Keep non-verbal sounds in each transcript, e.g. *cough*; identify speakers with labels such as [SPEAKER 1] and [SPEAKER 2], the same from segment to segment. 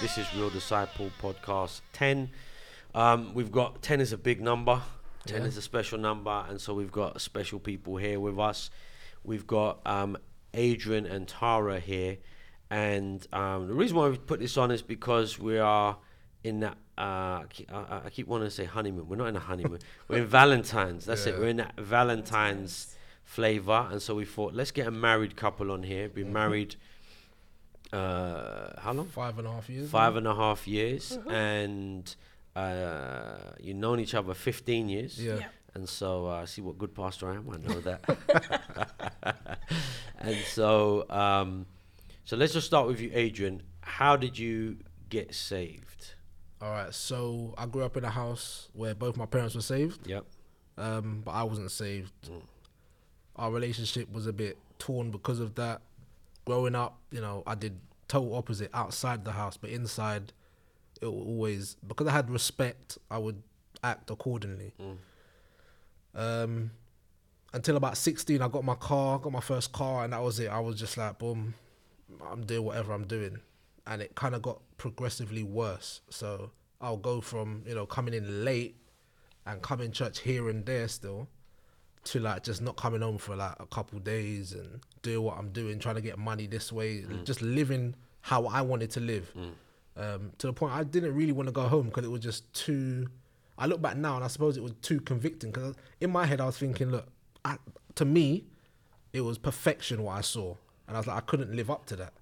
[SPEAKER 1] This is Real Disciple Podcast 10. Um, we've got 10 is a big number, 10
[SPEAKER 2] Yeah.
[SPEAKER 1] is a special number, and so we've got special people here with us. We've got um, Adrian and Tara here, and um, the reason why we put this on is because we are in that. Uh, I keep- I, I keep wanting to say honeymoon. We're not in a
[SPEAKER 2] *laughs*
[SPEAKER 1] honeymoon. We're in Valentine's. That's it.
[SPEAKER 2] Yeah.
[SPEAKER 1] We're in that Valentine's flavor, and so we thought let's get a married couple on here.
[SPEAKER 2] Mm-hmm.
[SPEAKER 1] Been married. Uh, how long?
[SPEAKER 2] Five and a half years.
[SPEAKER 1] five and a half years
[SPEAKER 2] Mm-hmm.
[SPEAKER 1] and uh, you've known each other 15 years
[SPEAKER 2] Yeah.
[SPEAKER 3] Yeah.
[SPEAKER 1] and so uh, see what good pastor i am i know that *laughs* and so um, so let's just start with you adrian how did you get saved
[SPEAKER 2] All right. So I grew up in a house where both my parents were saved,
[SPEAKER 1] yep
[SPEAKER 2] um, but I wasn't saved. Our relationship was a bit torn because of that. Growing up, you know, I did total opposite outside the house, but inside, it wa- always because I had respect, I would act accordingly. Um, until about sixteen, I got my car, got my first car, and that was it. I was just like, boom, I'm doing whatever I'm doing, and it kind of got progressively worse. So I'll go from you know coming in late and coming church here and there still, to like just not coming home for like a couple days and doing what I'm doing, trying to get money this way, just living how I wanted to live. Um, to the point I didn't really want to go home because it was just too. I look back now and I suppose it was too convicting because in my head I was thinking, look, I, to me, it was perfection what I saw, and I was like, I couldn't live up to that.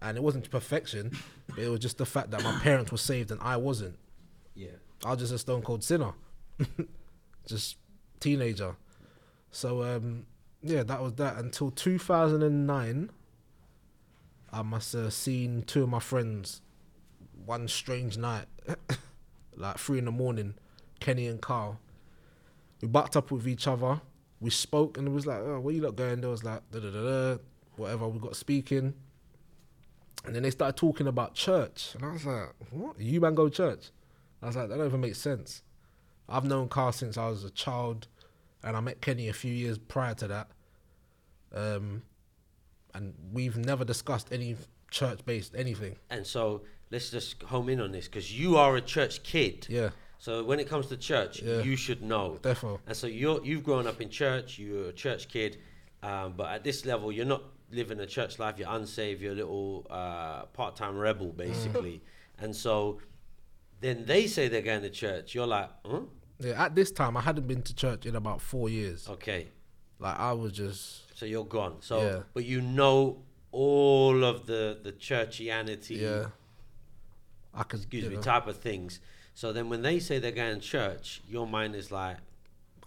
[SPEAKER 2] And it wasn't perfection, but it was just the fact that my parents were saved and I wasn't.
[SPEAKER 1] yeah
[SPEAKER 2] I was just a stone cold sinner, *laughs* just teenager. So um, yeah, that was that until 2009. I must have seen two of my friends one strange night, *coughs* like three in the morning. Kenny and Carl, we backed up with each other. We spoke and it was like, oh, where you lot going? There was like, da da da da, whatever. We got speaking. And then they started talking about church. And I was like, what? You man go church? I was like, that don't even make sense. I've known Carl since I was a child and I met Kenny a few years prior to that. Um, and we've never discussed any church based anything.
[SPEAKER 1] and so let's just home in on this because you are a church kid
[SPEAKER 2] Yeah.
[SPEAKER 1] so when it comes to church
[SPEAKER 2] Yeah.
[SPEAKER 1] you should know
[SPEAKER 2] Therefore,
[SPEAKER 1] And so you're, you've grown up in church, you're a church kid, um, but at this level, you're not living a church life, you're unsaved, you're a little uh, part time rebel, basically.
[SPEAKER 2] Mm-hmm.
[SPEAKER 1] And so then they say they're going to church. You're like, huh?
[SPEAKER 2] yeah, at this time, I hadn't been to church in about four years.
[SPEAKER 1] Okay,
[SPEAKER 2] Like, I was just.
[SPEAKER 1] so you're gone. So,
[SPEAKER 2] Yeah.
[SPEAKER 1] but you know all of the, the churchianity,
[SPEAKER 2] Yeah. I could.
[SPEAKER 1] excuse
[SPEAKER 2] you
[SPEAKER 1] me,
[SPEAKER 2] know,
[SPEAKER 1] type of things. So then when they say they're going to church, your mind is like,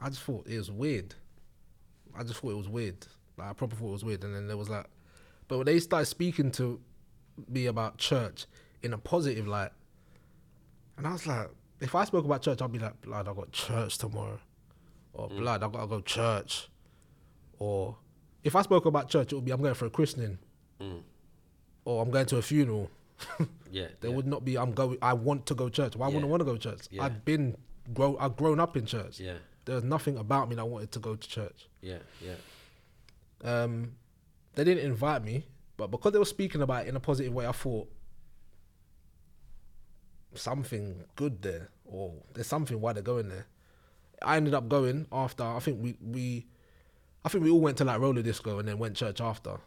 [SPEAKER 2] I just thought it was weird. I just thought it was weird. Like I proper thought it was weird, and then there was like, but when they started speaking to me about church in a positive light, and I was like, if I spoke about church, I'd be like, blood, I got church tomorrow, or
[SPEAKER 1] Mm.
[SPEAKER 2] blood, I gotta go church, or if I spoke about church, it would be I'm going for a christening, or I'm going to a funeral.
[SPEAKER 1] Mm.
[SPEAKER 2] *laughs*
[SPEAKER 1] yeah.
[SPEAKER 2] There
[SPEAKER 1] yeah.
[SPEAKER 2] would not be. I'm going. I want to go church. Why wouldn't
[SPEAKER 1] Yeah.
[SPEAKER 2] I want to go church?
[SPEAKER 1] Yeah.
[SPEAKER 2] I've been grow. I've grown up in church.
[SPEAKER 1] Yeah,
[SPEAKER 2] There was nothing about me that wanted to go to church.
[SPEAKER 1] yeah, yeah.
[SPEAKER 2] Um, they didn't invite me, but because they were speaking about it in a positive way, I thought something good there, or there's something why they're going there. I ended up going after. I think we we, I think we all went to like roller disco and then went church after,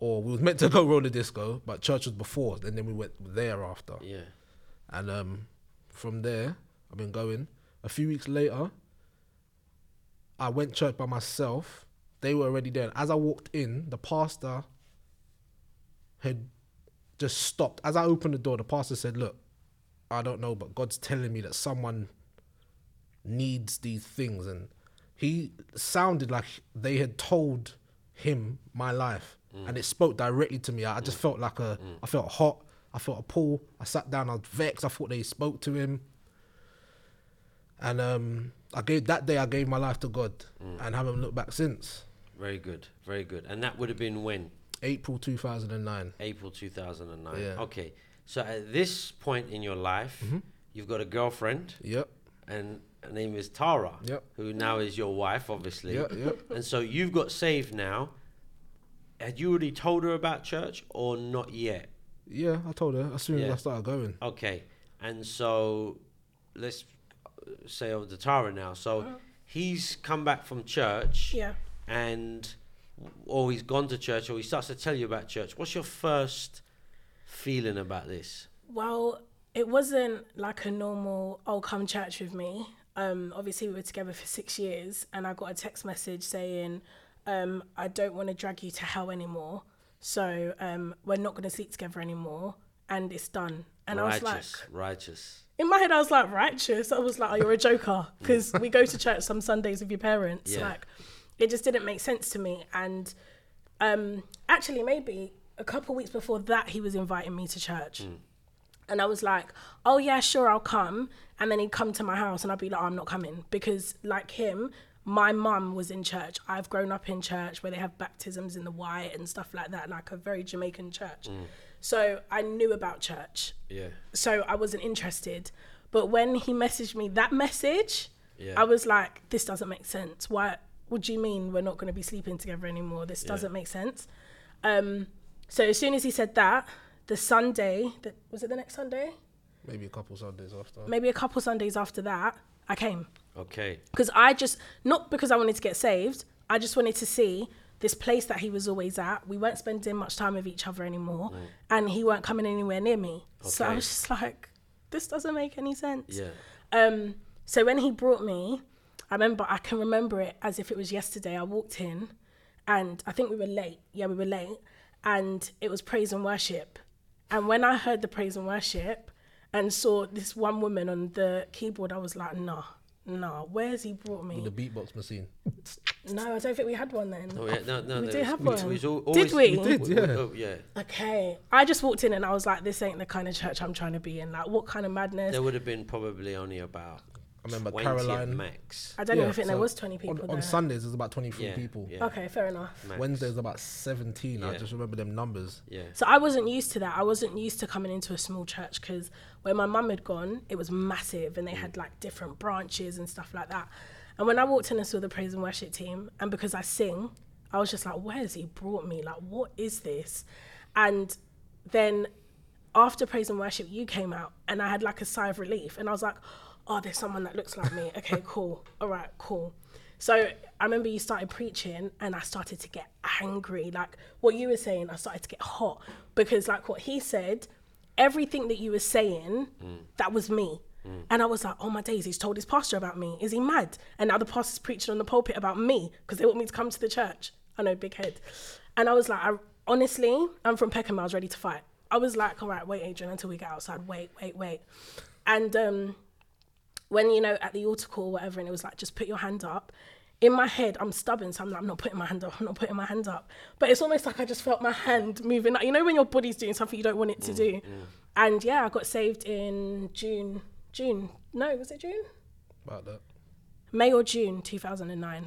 [SPEAKER 2] or we was meant to go roller disco, but church was before, and then we went there after.
[SPEAKER 1] yeah.
[SPEAKER 2] And um, from there, I've been going. A few weeks later, I went church by myself. They were already there. As I walked in, the pastor had just stopped. As I opened the door, the pastor said, Look, I don't know, but God's telling me that someone needs these things. And he sounded like they had told him my life.
[SPEAKER 1] Mm.
[SPEAKER 2] And it spoke directly to me. I, I just felt like a, I felt hot. I felt a pull. I sat down. I was vexed. I thought they spoke to him. And um, I gave that day. I gave my life to God,
[SPEAKER 1] Mm.
[SPEAKER 2] and haven't looked back since.
[SPEAKER 1] Very good, very good. And that would have been when?
[SPEAKER 2] April two thousand and nine.
[SPEAKER 1] April 2009.
[SPEAKER 2] Yeah. Mm-hmm.
[SPEAKER 1] Okay. So at this point in your life, you've got a girlfriend,
[SPEAKER 2] Yep.
[SPEAKER 1] and her name is Tara,
[SPEAKER 2] Yep.
[SPEAKER 1] who now is your wife, obviously.
[SPEAKER 2] Yep. Yep.
[SPEAKER 1] And so you've got saved now. Had you already told her about church or not yet?
[SPEAKER 2] Yeah, I told her as soon as
[SPEAKER 1] Yeah.
[SPEAKER 2] I started going.
[SPEAKER 1] Okay, and so let's uh, say on to Tara now. So he's come back from church,
[SPEAKER 3] Yeah.
[SPEAKER 1] and or he's gone to church, or he starts to tell you about church. What's your first feeling about this?
[SPEAKER 3] Well, it wasn't like a normal, oh, come church with me. Um, obviously, we were together for six years, and I got a text message saying, um, I don't want to drag you to hell anymore. So um, we're not going to sleep together anymore, and it's done. And
[SPEAKER 1] righteous,
[SPEAKER 3] I was like,
[SPEAKER 1] righteous.
[SPEAKER 3] in my head, I was like, righteous. I was like, oh, you're a joker. Because we go to church some Sundays with your parents.
[SPEAKER 1] Yeah.
[SPEAKER 3] Like, it just didn't make sense to me. And um, actually, maybe a couple weeks before that, he was inviting me to church. And I was like, oh, yeah, sure, I'll come. And then he'd come to my house and I'd be like, oh, I'm not coming. Because, like him, my mum was in church. I've grown up in church where they have baptisms in the white and stuff like that, like a very Jamaican church. So I knew about church
[SPEAKER 1] Yeah,
[SPEAKER 3] so I wasn't interested. But when he messaged me that message,
[SPEAKER 1] Yeah.
[SPEAKER 3] I was like, this doesn't make sense. Why? What do you mean we're not going to be sleeping together anymore? This doesn't make sense. Um, so as soon as he said that, the Sunday that was it the next Sunday,
[SPEAKER 2] Maybe a couple Sundays after.
[SPEAKER 3] maybe a couple Sundays after that, I came
[SPEAKER 1] okay,
[SPEAKER 3] because I just not because I wanted to get saved. I just wanted to see this place that he was always at. We weren't spending much time with each other anymore, and he weren't coming anywhere near me. So I
[SPEAKER 1] Okay.
[SPEAKER 3] was just like, this doesn't make any sense.
[SPEAKER 1] yeah,
[SPEAKER 3] Um, so when he brought me, I remember I can remember it as if it was yesterday. I walked in, and I think we were late. Yeah, we were late, and it was praise and worship. And when I heard the praise and worship, and saw this one woman on the keyboard, I was like, nah, nah. Where's he brought me?
[SPEAKER 2] The beatbox machine.
[SPEAKER 3] No, I don't think we had one then.
[SPEAKER 1] oh yeah, no, no, no,
[SPEAKER 3] We do
[SPEAKER 1] it's-
[SPEAKER 3] have
[SPEAKER 1] we-
[SPEAKER 3] one.
[SPEAKER 1] we was al- always-
[SPEAKER 3] Did we? We
[SPEAKER 2] did, yeah.
[SPEAKER 1] oh, yeah.
[SPEAKER 3] Okay. I just walked in and I was like, this ain't the kind of church I'm trying to be in. Like, what kind of madness?
[SPEAKER 1] There would have been probably only about
[SPEAKER 2] I remember
[SPEAKER 1] 20 at
[SPEAKER 2] Caroline.
[SPEAKER 1] max.
[SPEAKER 3] I don't
[SPEAKER 2] Yeah,
[SPEAKER 3] even think there
[SPEAKER 2] so
[SPEAKER 3] was 20 people
[SPEAKER 2] On,
[SPEAKER 3] there.
[SPEAKER 2] on Sundays, there's about 23
[SPEAKER 1] Yeah,
[SPEAKER 2] people.
[SPEAKER 1] yeah,
[SPEAKER 3] Okay, fair enough.
[SPEAKER 1] max.
[SPEAKER 2] Wednesdays, about 17. I
[SPEAKER 1] Yeah.
[SPEAKER 2] just remember them numbers.
[SPEAKER 1] yeah,
[SPEAKER 3] So I wasn't used to that. I wasn't used to coming into a small church because where my mum had gone, it was massive and they had like different branches and stuff like that. And when I walked in and saw the praise and worship team, and because I sing, I was just like, where's he brought me? Like, what is this? And then after praise and worship, you came out and I had like a sigh of relief. And I was like, oh, there's someone that looks like me. Okay, cool. All right, cool. So I remember you started preaching and I started to get angry. Like what you were saying, I started to get hot because, like what he said, everything that you were saying, that was me. And I was like, oh my days, he's told his pastor about me. Is he mad? And now the pastor's preaching on the pulpit about me because they want me to come to the church. I know, big head. And I was like, I, honestly, I'm from Peckham. I was ready to fight. I was like, all right, wait, Adrian, until we get outside. Wait, wait, wait. And um, when, you know, at the altar call or whatever, and it was like, just put your hand up. In my head, I'm stubborn, so I'm like, I'm not putting my hand up. I'm not putting my hand up. But it's almost like I just felt my hand moving. Like, you know, when your body's doing something you don't want it to do. And yeah, I got saved in June. June. No, was it June?
[SPEAKER 2] About that.
[SPEAKER 3] May or June 2009.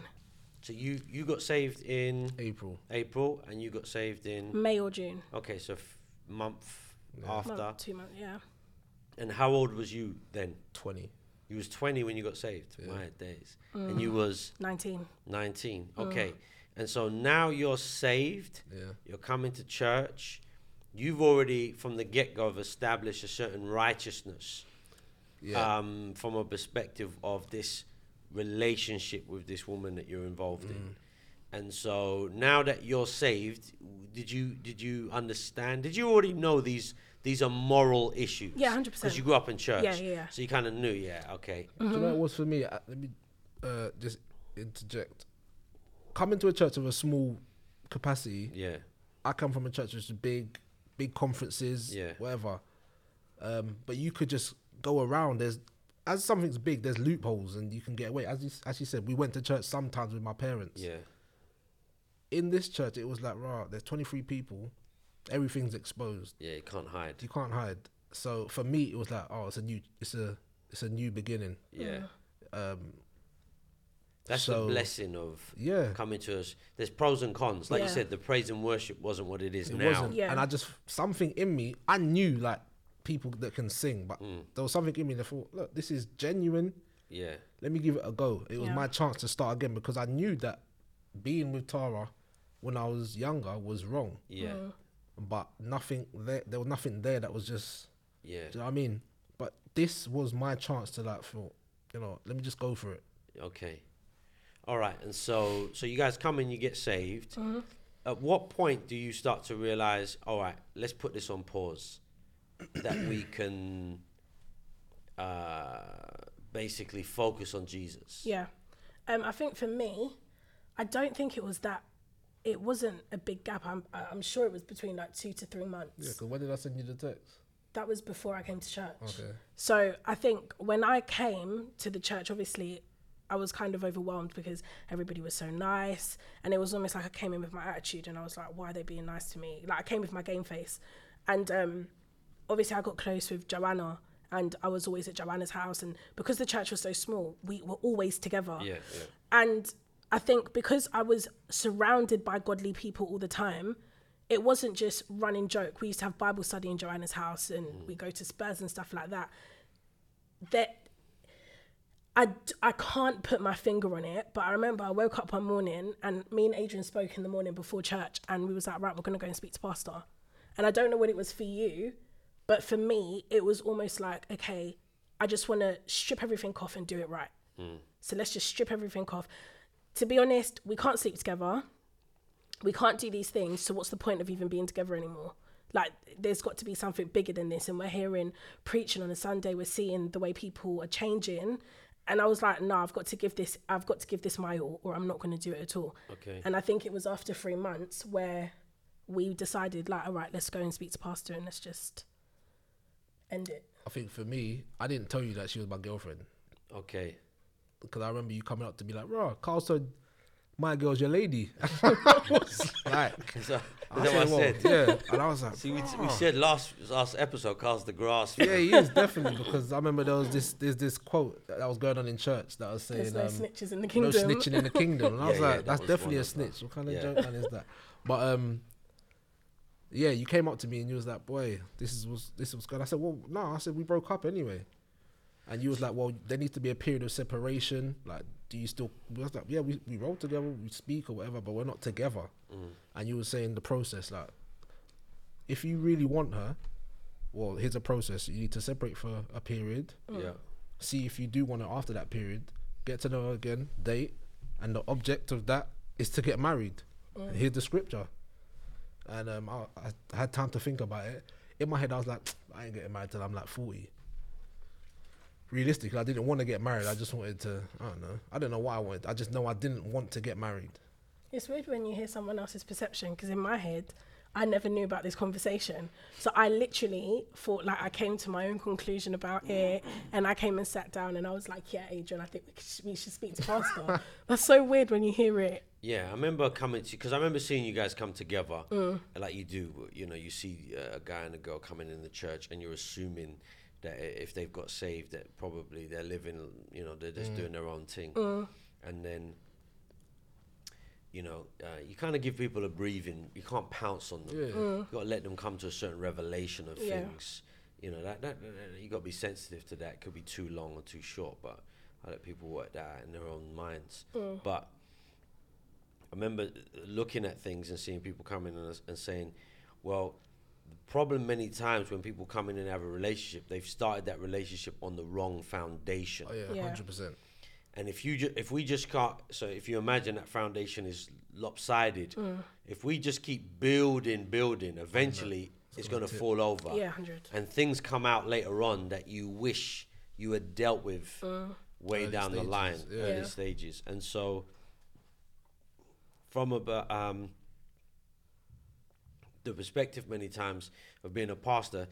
[SPEAKER 1] So you you got saved in
[SPEAKER 2] April.
[SPEAKER 1] April, and you got saved in
[SPEAKER 3] May or June.
[SPEAKER 1] okay, so f- month after.
[SPEAKER 3] Month, two months, yeah.
[SPEAKER 1] And how old was you then?
[SPEAKER 2] 20.
[SPEAKER 1] You was twenty when you got saved. My days,
[SPEAKER 3] Mm.
[SPEAKER 1] and you was
[SPEAKER 3] 19.
[SPEAKER 1] nineteen.
[SPEAKER 3] Mm.
[SPEAKER 1] Okay, and so now you're saved.
[SPEAKER 2] Yeah.
[SPEAKER 1] You're coming to church. You've already from the get go have established a certain righteousness.
[SPEAKER 2] Yeah.
[SPEAKER 1] um, from a perspective of this relationship with this woman that you're involved
[SPEAKER 2] Mm.
[SPEAKER 1] in. And so now that you're saved, did you did you understand? Did you already know these these are moral issues?
[SPEAKER 3] Yeah, 100%.
[SPEAKER 1] Because you grew up in church.
[SPEAKER 3] Yeah, yeah, yeah.
[SPEAKER 1] So you kind of knew. Yeah, okay.
[SPEAKER 2] Do you know what it was for me? Uh, Let me uh, just interject. Coming to a church of a small capacity,
[SPEAKER 1] Yeah,
[SPEAKER 2] I come from a church which is big, big conferences,
[SPEAKER 1] Yeah.
[SPEAKER 2] whatever. Um, but you could just go around. There's as something's big, there's loopholes, and you can get away. As you, as you said, we went to church sometimes with my parents.
[SPEAKER 1] yeah,
[SPEAKER 2] In this church, it was like, right, there's 23 people, everything's exposed.
[SPEAKER 1] yeah. You can't hide.
[SPEAKER 2] You can't hide. So for me, it was like, oh, it's a new, it's a, it's a new beginning.
[SPEAKER 1] Yeah.
[SPEAKER 2] Um,
[SPEAKER 1] That's
[SPEAKER 2] So-
[SPEAKER 1] the blessing of
[SPEAKER 2] Yeah.
[SPEAKER 1] coming to us. There's pros and cons. Like you
[SPEAKER 3] Yeah.
[SPEAKER 1] said, the praise and worship wasn't what it is
[SPEAKER 2] It
[SPEAKER 1] now.
[SPEAKER 2] wasn't.
[SPEAKER 3] Yeah.
[SPEAKER 2] And I just something in me, I knew like people that can sing, but there was something in me that thought, look, this is genuine.
[SPEAKER 1] Yeah,
[SPEAKER 2] Let me give it a go. It was
[SPEAKER 3] Yeah.
[SPEAKER 2] my chance to start again because I knew that being with Tara when I was younger was wrong.
[SPEAKER 3] Mm-hmm. Mm,
[SPEAKER 1] yeah,
[SPEAKER 2] but nothing there. There was nothing there that was just.
[SPEAKER 1] Yeah.
[SPEAKER 2] Do you know what I mean? But this was my chance to like feel, you know, let me just go for it.
[SPEAKER 1] Okay. All right. And so, so you guys come and you get saved.
[SPEAKER 3] Mm-hmm.
[SPEAKER 1] At what point do you start to realize, all right, let's put this on
[SPEAKER 2] *coughs*
[SPEAKER 1] pause, that we can uh, basically focus on Jesus?
[SPEAKER 3] Yeah. Um, I think for me, I don't think it was that. It wasn't a big gap. I'm, I- I'm sure it was between like two to three months.
[SPEAKER 2] Yeah, because when did I send you the text?
[SPEAKER 3] That was before I came to church.
[SPEAKER 2] Okay.
[SPEAKER 3] So I think when I came to the church, obviously, I was kind of overwhelmed because everybody was so nice. And it was almost like I came in with my attitude and I was like, why are they being nice to me? Like, I came with my game face. And um, obviously, I got close with Joanna. And I was always at Joanna's house. And because the church was so small, we were always together.
[SPEAKER 1] Yeah, yeah.
[SPEAKER 3] And I think because I was surrounded by godly people all the time, it wasn't just running joke. We used to have Bible study in Joanna's house and
[SPEAKER 1] Mm.
[SPEAKER 3] we go to Spurs and stuff like that. That I, d- I can't put my finger on it, but I remember I woke up one morning and me and Adrian spoke in the morning before church and we was like, right, we're going to go and speak to Pastor. And I don't know what it was for you, but for me, it was almost like, okay, I just want to strip everything off and do it right. So let's just strip everything off. To be honest, we can't sleep together. We can't do these things. So what's the point of even being together anymore? Like, there's got to be something bigger than this. And we're hearing preaching on a Sunday. We're seeing the way people are changing. And I was like, no, I've got to give this. I've got to give this my all, or I'm not going to do it at all.
[SPEAKER 1] Okay.
[SPEAKER 3] And I think it was after three months where we decided, like, all right, let's go and speak to pastor and let's just end it.
[SPEAKER 2] I think for me, I didn't tell you that she was my girlfriend
[SPEAKER 1] Okay.
[SPEAKER 2] because I remember you coming up to be like, "Raw, Carl said, my girl's your lady." *laughs* I was
[SPEAKER 1] *laughs*
[SPEAKER 2] like,
[SPEAKER 1] Is that,
[SPEAKER 2] I
[SPEAKER 1] is that uh, what I
[SPEAKER 2] "Whoa,"
[SPEAKER 1] said?
[SPEAKER 2] Yeah, and I was like,
[SPEAKER 1] See, we, we
[SPEAKER 2] "Bruh."
[SPEAKER 1] said last last episode, Carl's the grass.
[SPEAKER 2] Yeah, he is definitely because I remember there was this there's this quote that was going on in church that was saying
[SPEAKER 3] There's no
[SPEAKER 2] um,
[SPEAKER 3] snitches in
[SPEAKER 2] no
[SPEAKER 3] the kingdom.
[SPEAKER 2] snitching in the kingdom,
[SPEAKER 3] *laughs*
[SPEAKER 2] and I
[SPEAKER 1] Yeah,
[SPEAKER 2] was
[SPEAKER 1] yeah,
[SPEAKER 2] like,
[SPEAKER 1] that
[SPEAKER 2] that's
[SPEAKER 1] was one
[SPEAKER 2] definitely a
[SPEAKER 1] of them.
[SPEAKER 2] snitch. What kind of
[SPEAKER 1] Yeah.
[SPEAKER 2] joke man is that? But um, yeah, you came up to me and you was like, boy, this is was this was good. I said, well, no, I said we broke up anyway, and you was like, well, there needs to be a period of separation. Like, do you still? I was like, yeah, we we roll together, we speak or whatever, but we're not together.
[SPEAKER 1] Mm.
[SPEAKER 2] And you were saying the process, like, if you really want her, well, here's a process. You need to separate for a period
[SPEAKER 1] Yeah.
[SPEAKER 2] see if you do want it after that period, get to know her again, date, and the object of that is to get married. Here's the scripture. And um, I, I had time to think about it. In my head, I was like, I ain't getting married till I'm like 40. Realistically, I didn't want to get married. I just wanted to, I don't know. I don't know what I wanted. I just know I didn't want to get married.
[SPEAKER 3] It's weird when you hear someone else's perception because in my head, I never knew about this conversation. So I literally thought like I came to my own conclusion about it, and I came and sat down and I was like, "Yeah, Adrian, I think we, should, we should speak to Pastor." That's so weird when you hear it.
[SPEAKER 1] Yeah, I remember coming to because I remember seeing you guys come together, like you do. You know, you see uh, a guy and a girl coming in the church, and you're assuming that i- if they've got saved, that probably they're living. You know, they're just doing their own thing, and then. You know, uh, you kind of give people a breathing. You can't pounce on them.
[SPEAKER 2] Yeah.
[SPEAKER 1] You got to let them come to a certain revelation of
[SPEAKER 3] Yeah.
[SPEAKER 1] things. You know that, that, that- that- you got to be sensitive to that. It could be too long or too short, but I let people work that out in their own minds. But I remember looking at things and seeing people coming and, and saying, well, the problem many times when people come in and have a relationship, they've started that relationship on the wrong foundation.
[SPEAKER 2] Oh, yeah,
[SPEAKER 3] Yeah.
[SPEAKER 2] 100%.
[SPEAKER 1] And if you ju- if we just can't, so if you imagine that foundation is lopsided,
[SPEAKER 2] Mm.
[SPEAKER 1] if we just keep building, building, eventually it's going to fall over.
[SPEAKER 3] Yeah, 100.
[SPEAKER 1] And things come out later on that you wish you had dealt with way
[SPEAKER 2] Early
[SPEAKER 1] down the
[SPEAKER 2] stages,
[SPEAKER 1] line,
[SPEAKER 2] yeah.
[SPEAKER 1] early
[SPEAKER 3] Mm. Yeah.
[SPEAKER 1] stages. And so, from about um, the perspective many times of being a pastor,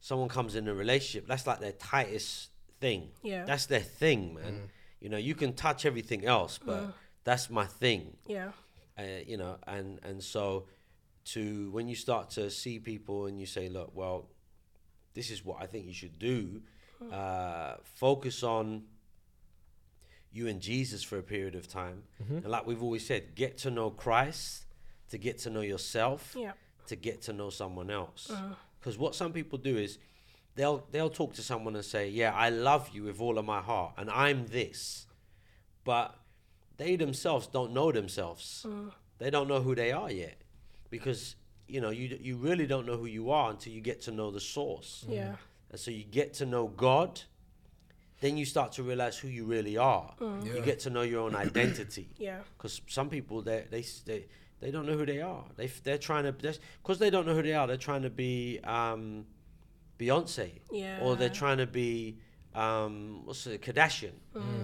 [SPEAKER 1] someone comes in a relationship, that's like their tightest thing.
[SPEAKER 3] Yeah.
[SPEAKER 1] That's their thing, man.
[SPEAKER 2] Mm.
[SPEAKER 1] You know, you can touch everything else, but
[SPEAKER 3] Mm.
[SPEAKER 1] that's my thing.
[SPEAKER 3] Yeah,
[SPEAKER 1] Uh, you know, and and so to when you start to see people and you say, look, well, this is what I think you should do. Uh, focus on you and Jesus for a period of time, and like we've always said, get to know Christ to get to know yourself
[SPEAKER 3] yeah,
[SPEAKER 1] to get to know someone else. Because what some people do is they'll they'll talk to someone and say, "Yeah, I love you with all of my heart, and I'm this," but they themselves don't know themselves. They don't know who they are yet, because you know, you d- you really don't know who you are until you get to know the source.
[SPEAKER 3] Yeah.
[SPEAKER 1] And so you get to know God, then you start to realize who you really are. You
[SPEAKER 2] Yeah.
[SPEAKER 1] get to know your own identity.
[SPEAKER 3] Yeah.
[SPEAKER 1] Because some people they they s- they they don't know who they are. They f- they're trying to because they don't know who they are. They're trying to be um, Beyonce. Or
[SPEAKER 3] Yeah.
[SPEAKER 1] they're trying to be um, what's it, Kardashian.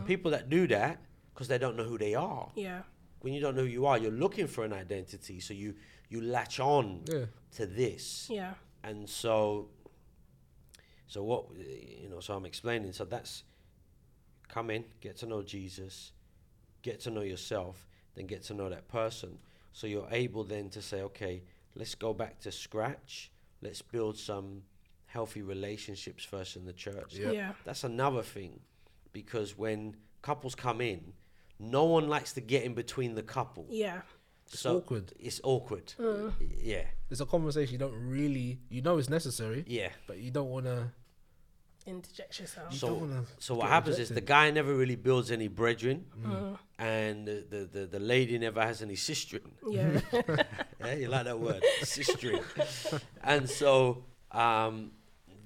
[SPEAKER 1] People that do that because they don't know who they are
[SPEAKER 3] Yeah.
[SPEAKER 1] when you don't know who you are, you're looking for an identity. So you you latch on
[SPEAKER 2] Yeah.
[SPEAKER 1] to this,
[SPEAKER 3] Yeah.
[SPEAKER 1] and so so what you know. So I'm explaining. So that's come in, get to know Jesus, get to know yourself, then get to know that person. So you're able then to say, okay, let's go back to scratch. Let's build some healthy relationships first in the church.
[SPEAKER 2] Yeah.
[SPEAKER 3] Yeah.
[SPEAKER 1] That's another thing because when couples come in, no one likes to get in between the couple.
[SPEAKER 3] Yeah.
[SPEAKER 2] awkward. Mm.
[SPEAKER 1] It's awkward. Yeah.
[SPEAKER 2] It's a conversation you don't really, you know, it's necessary,
[SPEAKER 1] Yeah.
[SPEAKER 2] but you don't want to.
[SPEAKER 3] Interject
[SPEAKER 1] *laughs*
[SPEAKER 3] yourself.
[SPEAKER 2] don't
[SPEAKER 1] So,
[SPEAKER 2] wanna
[SPEAKER 1] so what
[SPEAKER 2] get
[SPEAKER 1] happens is the
[SPEAKER 2] rejected. Mm.
[SPEAKER 1] guy never really builds any brethren, and the, the, the, the lady never has any sistren.
[SPEAKER 3] Yeah.
[SPEAKER 1] Yeah, you like that
[SPEAKER 2] *laughs*
[SPEAKER 1] word, sistren. and so um,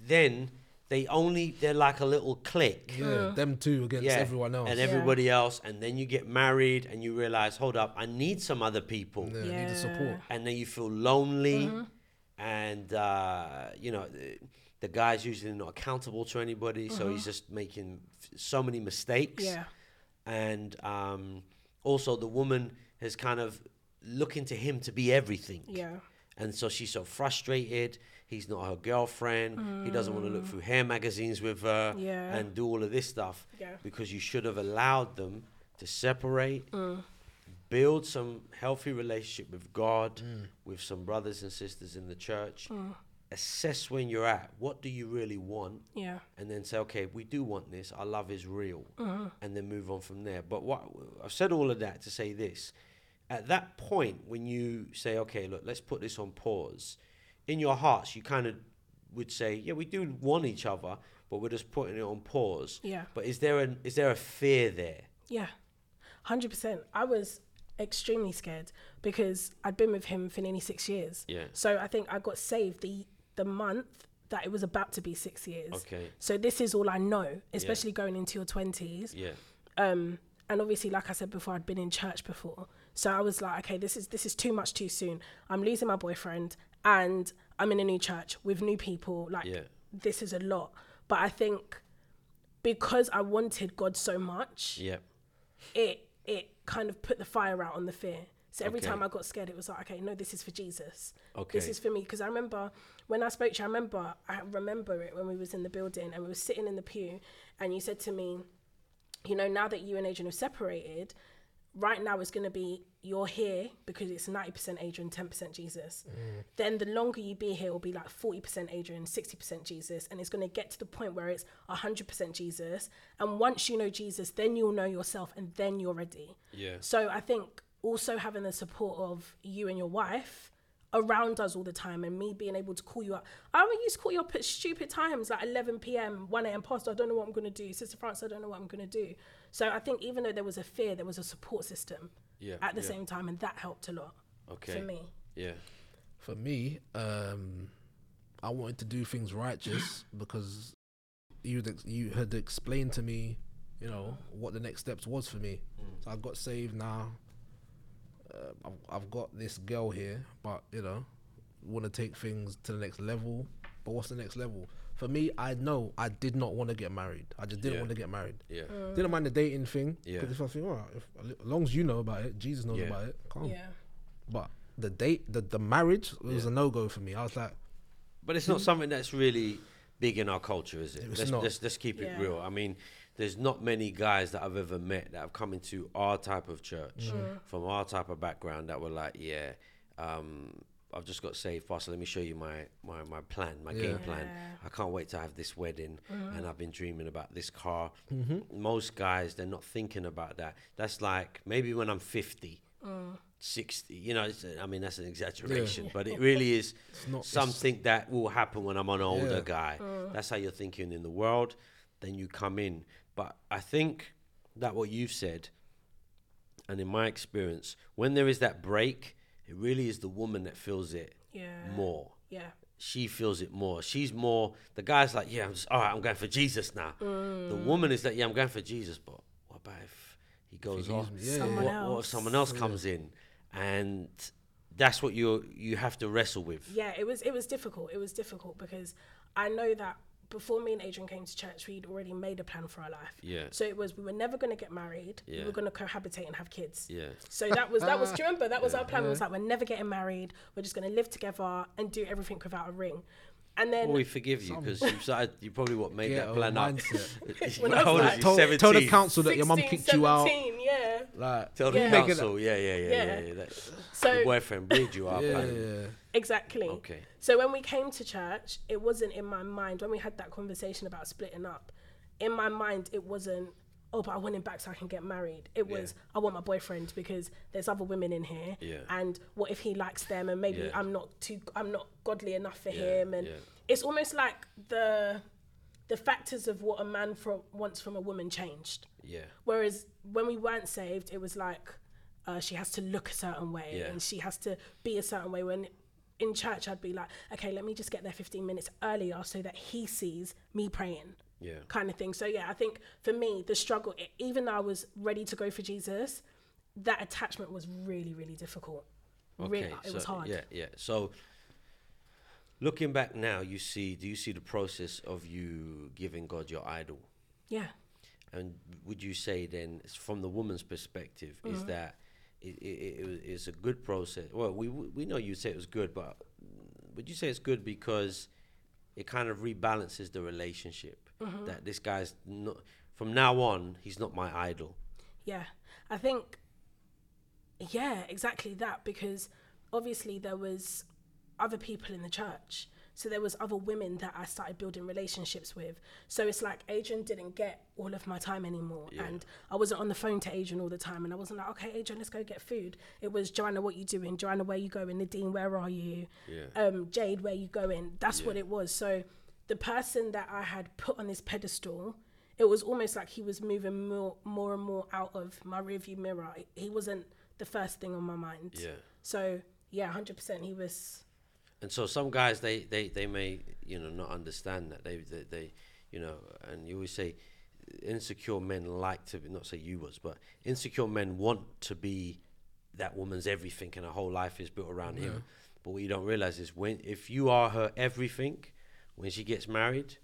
[SPEAKER 1] then they only they're like a little clique.
[SPEAKER 2] Yeah, them two against everyone else.
[SPEAKER 1] and
[SPEAKER 3] Yeah.
[SPEAKER 1] everybody else, and then you get married and you realize, hold up, I need some other people.
[SPEAKER 2] yeah, Need the support.
[SPEAKER 3] Yeah.
[SPEAKER 1] and then you feel lonely
[SPEAKER 3] Mm-hmm.
[SPEAKER 1] and uh, you know the, the guy's usually not accountable to anybody so he's just making f- so many mistakes
[SPEAKER 3] Mm-hmm. Yeah.
[SPEAKER 1] and um, also the woman has kind of looking to him to be everything
[SPEAKER 3] Yeah.
[SPEAKER 1] and so she's so frustrated he's not her girlfriend he doesn't want to look through hair magazines with her
[SPEAKER 3] Mm. Yeah.
[SPEAKER 1] and do all of this stuff
[SPEAKER 3] Yeah.
[SPEAKER 1] because you should have allowed them to separate
[SPEAKER 3] Mm.
[SPEAKER 1] build some healthy relationship with God, with some brothers and sisters in the church.
[SPEAKER 3] Mm.
[SPEAKER 1] Assess when you're at. What do you really want?
[SPEAKER 3] Yeah.
[SPEAKER 1] And then say, okay, we do want this. Our love is real.
[SPEAKER 3] Uh-huh.
[SPEAKER 1] And then move on from there. But what I've said all of that to say this. At that point, when you say, okay, look, let's put this on pause, in your hearts, you kind of would say, yeah, we do want each other, but we're just putting it on pause.
[SPEAKER 3] Yeah.
[SPEAKER 1] But is there an is there a fear there?
[SPEAKER 3] Yeah, hundred percent. I was extremely scared because I'd been with him for nearly six years.
[SPEAKER 1] Yeah.
[SPEAKER 3] So I think I got saved the the month that it was about to be six years.
[SPEAKER 1] Okay.
[SPEAKER 3] So this is all I know, especially going into your twenties.
[SPEAKER 1] Yeah.
[SPEAKER 3] Um, and obviously, like I said before, I'd been in church before, so I was like, okay, this is this is too much too soon. I'm losing my boyfriend, and I'm in a new church with new people. Like,
[SPEAKER 1] Yeah.
[SPEAKER 3] this is a lot. But I think because I wanted God so much,
[SPEAKER 1] Yeah.
[SPEAKER 3] it it kind of put the fire out on the fear. So every
[SPEAKER 1] Okay.
[SPEAKER 3] time I got scared, it was like, okay, no, this is for Jesus. This
[SPEAKER 1] Okay.
[SPEAKER 3] is for me because I remember when I spoke to you. I remember I remember it when we was in the building and we were sitting in the pew, and you said to me, you know, now that you and Adrian are separated, right now it's going to be you're here because it's 90% Adrian, 10% Jesus.
[SPEAKER 1] Mm.
[SPEAKER 3] Then the longer you be here, it will be like 40% Adrian, 60% Jesus. And it's going to get to the point where it's 100% Jesus. And once you know Jesus, then you'll know yourself and then you're ready.
[SPEAKER 1] Yeah.
[SPEAKER 3] So I think also having the support of you and your wife around us all the time and me being able to call you up. I only used to call you up at stupid times, like 11 p.m., 1 a.m. past. I don't know what I'm going to do. Sister France, I don't know what I'm going to do. So I think even though there was a fear, there was a support system
[SPEAKER 1] Yeah,
[SPEAKER 3] at the
[SPEAKER 1] yeah.
[SPEAKER 3] same time, and that helped a lot
[SPEAKER 1] Okay.
[SPEAKER 3] for me.
[SPEAKER 1] Yeah.
[SPEAKER 2] For me, um, I wanted to do things
[SPEAKER 1] *clears throat*
[SPEAKER 2] righteous because you had, ex- you had explained to me, you know, what the next steps was for me.
[SPEAKER 1] Mm.
[SPEAKER 2] So I got saved now. Uh, I've, I've got this girl here, but you know, want to take things to the next level. But what's the next level? For me, I know I did not want to get married. I just didn't
[SPEAKER 1] Yeah.
[SPEAKER 2] want to get married.
[SPEAKER 1] Yeah.
[SPEAKER 2] Didn't mind the dating thing.
[SPEAKER 1] Yeah.
[SPEAKER 2] Because if I think, all right, if, as long as you know about it, Jesus knows
[SPEAKER 1] Yeah.
[SPEAKER 2] about it. Come.
[SPEAKER 3] Yeah.
[SPEAKER 2] But the date, the, the marriage, it was a no go for me. I was like,
[SPEAKER 1] But it's not something that's really big in our culture, is it?
[SPEAKER 2] Hmm? It's
[SPEAKER 1] let's,
[SPEAKER 2] not.
[SPEAKER 1] let's let's keep it
[SPEAKER 3] Yeah.
[SPEAKER 1] real. I mean, there's not many guys that I've ever met that have come into our type of church
[SPEAKER 2] Hmm.
[SPEAKER 1] from our type of background that were like, yeah, um, I've just got saved, Pastor. Let me show you my my, my plan, my game plan. I can't wait to have this wedding, and I've been dreaming about this car.
[SPEAKER 2] Mm-hmm.
[SPEAKER 1] Most guys, they're not thinking about that. That's like maybe when I'm 50. 60 you know it's, i mean that's an exaggeration but it really is
[SPEAKER 2] not- *laughs* it's-
[SPEAKER 1] something that will happen when i'm an older
[SPEAKER 2] Yeah.
[SPEAKER 1] guy that's how you're thinking in the world then you come in but i think that what you've said and in my experience when there is that break it really is the woman that feels it
[SPEAKER 3] Yeah.
[SPEAKER 1] more.
[SPEAKER 3] Yeah.
[SPEAKER 1] She feels it more. She's more. The guy's like, yeah, I'm just all right. I'm going for Jesus now. The
[SPEAKER 3] Mm.
[SPEAKER 1] woman is like, yeah, I'm going for Jesus, but what about if he goes
[SPEAKER 2] he
[SPEAKER 1] off?
[SPEAKER 2] leaves me, yeah,
[SPEAKER 1] what,
[SPEAKER 2] yeah,
[SPEAKER 3] Someone
[SPEAKER 1] what if
[SPEAKER 3] else.
[SPEAKER 1] someone else comes in? And that's what you you have to wrestle with.
[SPEAKER 3] yeah it was it was difficult it was difficult because i know that before me and adrian came to church we'd already made a plan for our life
[SPEAKER 1] Yeah.
[SPEAKER 3] so it was we were never going to get married we
[SPEAKER 1] Yeah.
[SPEAKER 3] were going to cohabitate and have kids
[SPEAKER 1] Yeah.
[SPEAKER 3] so that was that was do you
[SPEAKER 2] *laughs*
[SPEAKER 3] remember that was our plan it was like we're never getting married we're just going to live together and do everything without a ring and then
[SPEAKER 1] Well, we forgive you because you started. You probably what made
[SPEAKER 2] Yeah,
[SPEAKER 1] that
[SPEAKER 2] or
[SPEAKER 1] plan up.
[SPEAKER 2] mindset.
[SPEAKER 1] *laughs* When
[SPEAKER 3] I was
[SPEAKER 1] old
[SPEAKER 3] like-
[SPEAKER 1] is you?
[SPEAKER 2] Told, told the
[SPEAKER 1] 17.
[SPEAKER 2] council that your mum
[SPEAKER 3] 16,
[SPEAKER 2] kicked you out.
[SPEAKER 3] 17, yeah
[SPEAKER 2] Like,
[SPEAKER 1] Tell the
[SPEAKER 3] Yeah.
[SPEAKER 1] council. Yeah, yeah, yeah, yeah. yeah,
[SPEAKER 3] Yeah.
[SPEAKER 1] That's,
[SPEAKER 3] So-
[SPEAKER 1] your boyfriend bleed you up.
[SPEAKER 2] yeah,
[SPEAKER 1] and-
[SPEAKER 2] yeah.
[SPEAKER 3] Exactly.
[SPEAKER 1] Okay.
[SPEAKER 3] So when we came to church, it wasn't in my mind when we had that conversation about splitting up. In my mind, it wasn't. Oh, but I want him back so I can get married. It was I want my boyfriend because there's other women in here,
[SPEAKER 1] Yeah.
[SPEAKER 3] and what if he likes them and maybe
[SPEAKER 1] Yeah.
[SPEAKER 3] I'm not too I'm not godly enough for
[SPEAKER 1] Yeah,
[SPEAKER 3] him and
[SPEAKER 1] yeah.
[SPEAKER 3] it's almost like the the factors of what a man from wants from a woman changed.
[SPEAKER 1] yeah.
[SPEAKER 3] Whereas when we weren't saved, it was like uh, she has to look a certain way
[SPEAKER 1] Yeah.
[SPEAKER 3] and she has to be a certain way. When in church, I'd be like, okay, let me just get there 15 minutes earlier so that he sees me praying,
[SPEAKER 1] Yeah.
[SPEAKER 3] kind of thing. So, yeah, I think for me, the struggle, e- even though I was ready to go for Jesus, that attachment was really, really difficult. really, it
[SPEAKER 1] so,
[SPEAKER 3] was hard.
[SPEAKER 1] Yeah, yeah. So looking back now, you see, do you see the process of you giving God your idol?
[SPEAKER 3] yeah.
[SPEAKER 1] And would you say then, s- from the woman's perspective, is
[SPEAKER 3] Mm-hmm.
[SPEAKER 1] that it, it, it, it's a good process? Well, we we know you say it was good, but would you say it's good because it kind of rebalances the relationship
[SPEAKER 3] Mm-hmm.
[SPEAKER 1] that this guy's not from now on he's not my idol.
[SPEAKER 3] Yeah, I think, yeah, exactly that because obviously there was other people in the church, so there was other women that I started building relationships with. So it's like Adrian didn't get all of my time anymore, and I wasn't on the phone to Adrian all the time, and I wasn't like, okay, Adrian, let's go get food. It was Joanna, what you doing? Joanna, where you going? Nadine, where are you? Um, Jade, where you going? That's what it was. So the person that I had put on this pedestal it was almost like he was moving more, more and more out of my rearview mirror. He wasn't the first thing on my mind.
[SPEAKER 1] Yeah.
[SPEAKER 3] So yeah, hundred percent. He was.
[SPEAKER 1] and so some guys they, they, they may you know not understand that they, they they you know and you always say insecure men like to be, not say you was but insecure men want to be that woman's everything and her whole life is built around him but what you don't realize is when if you are her everything when she gets married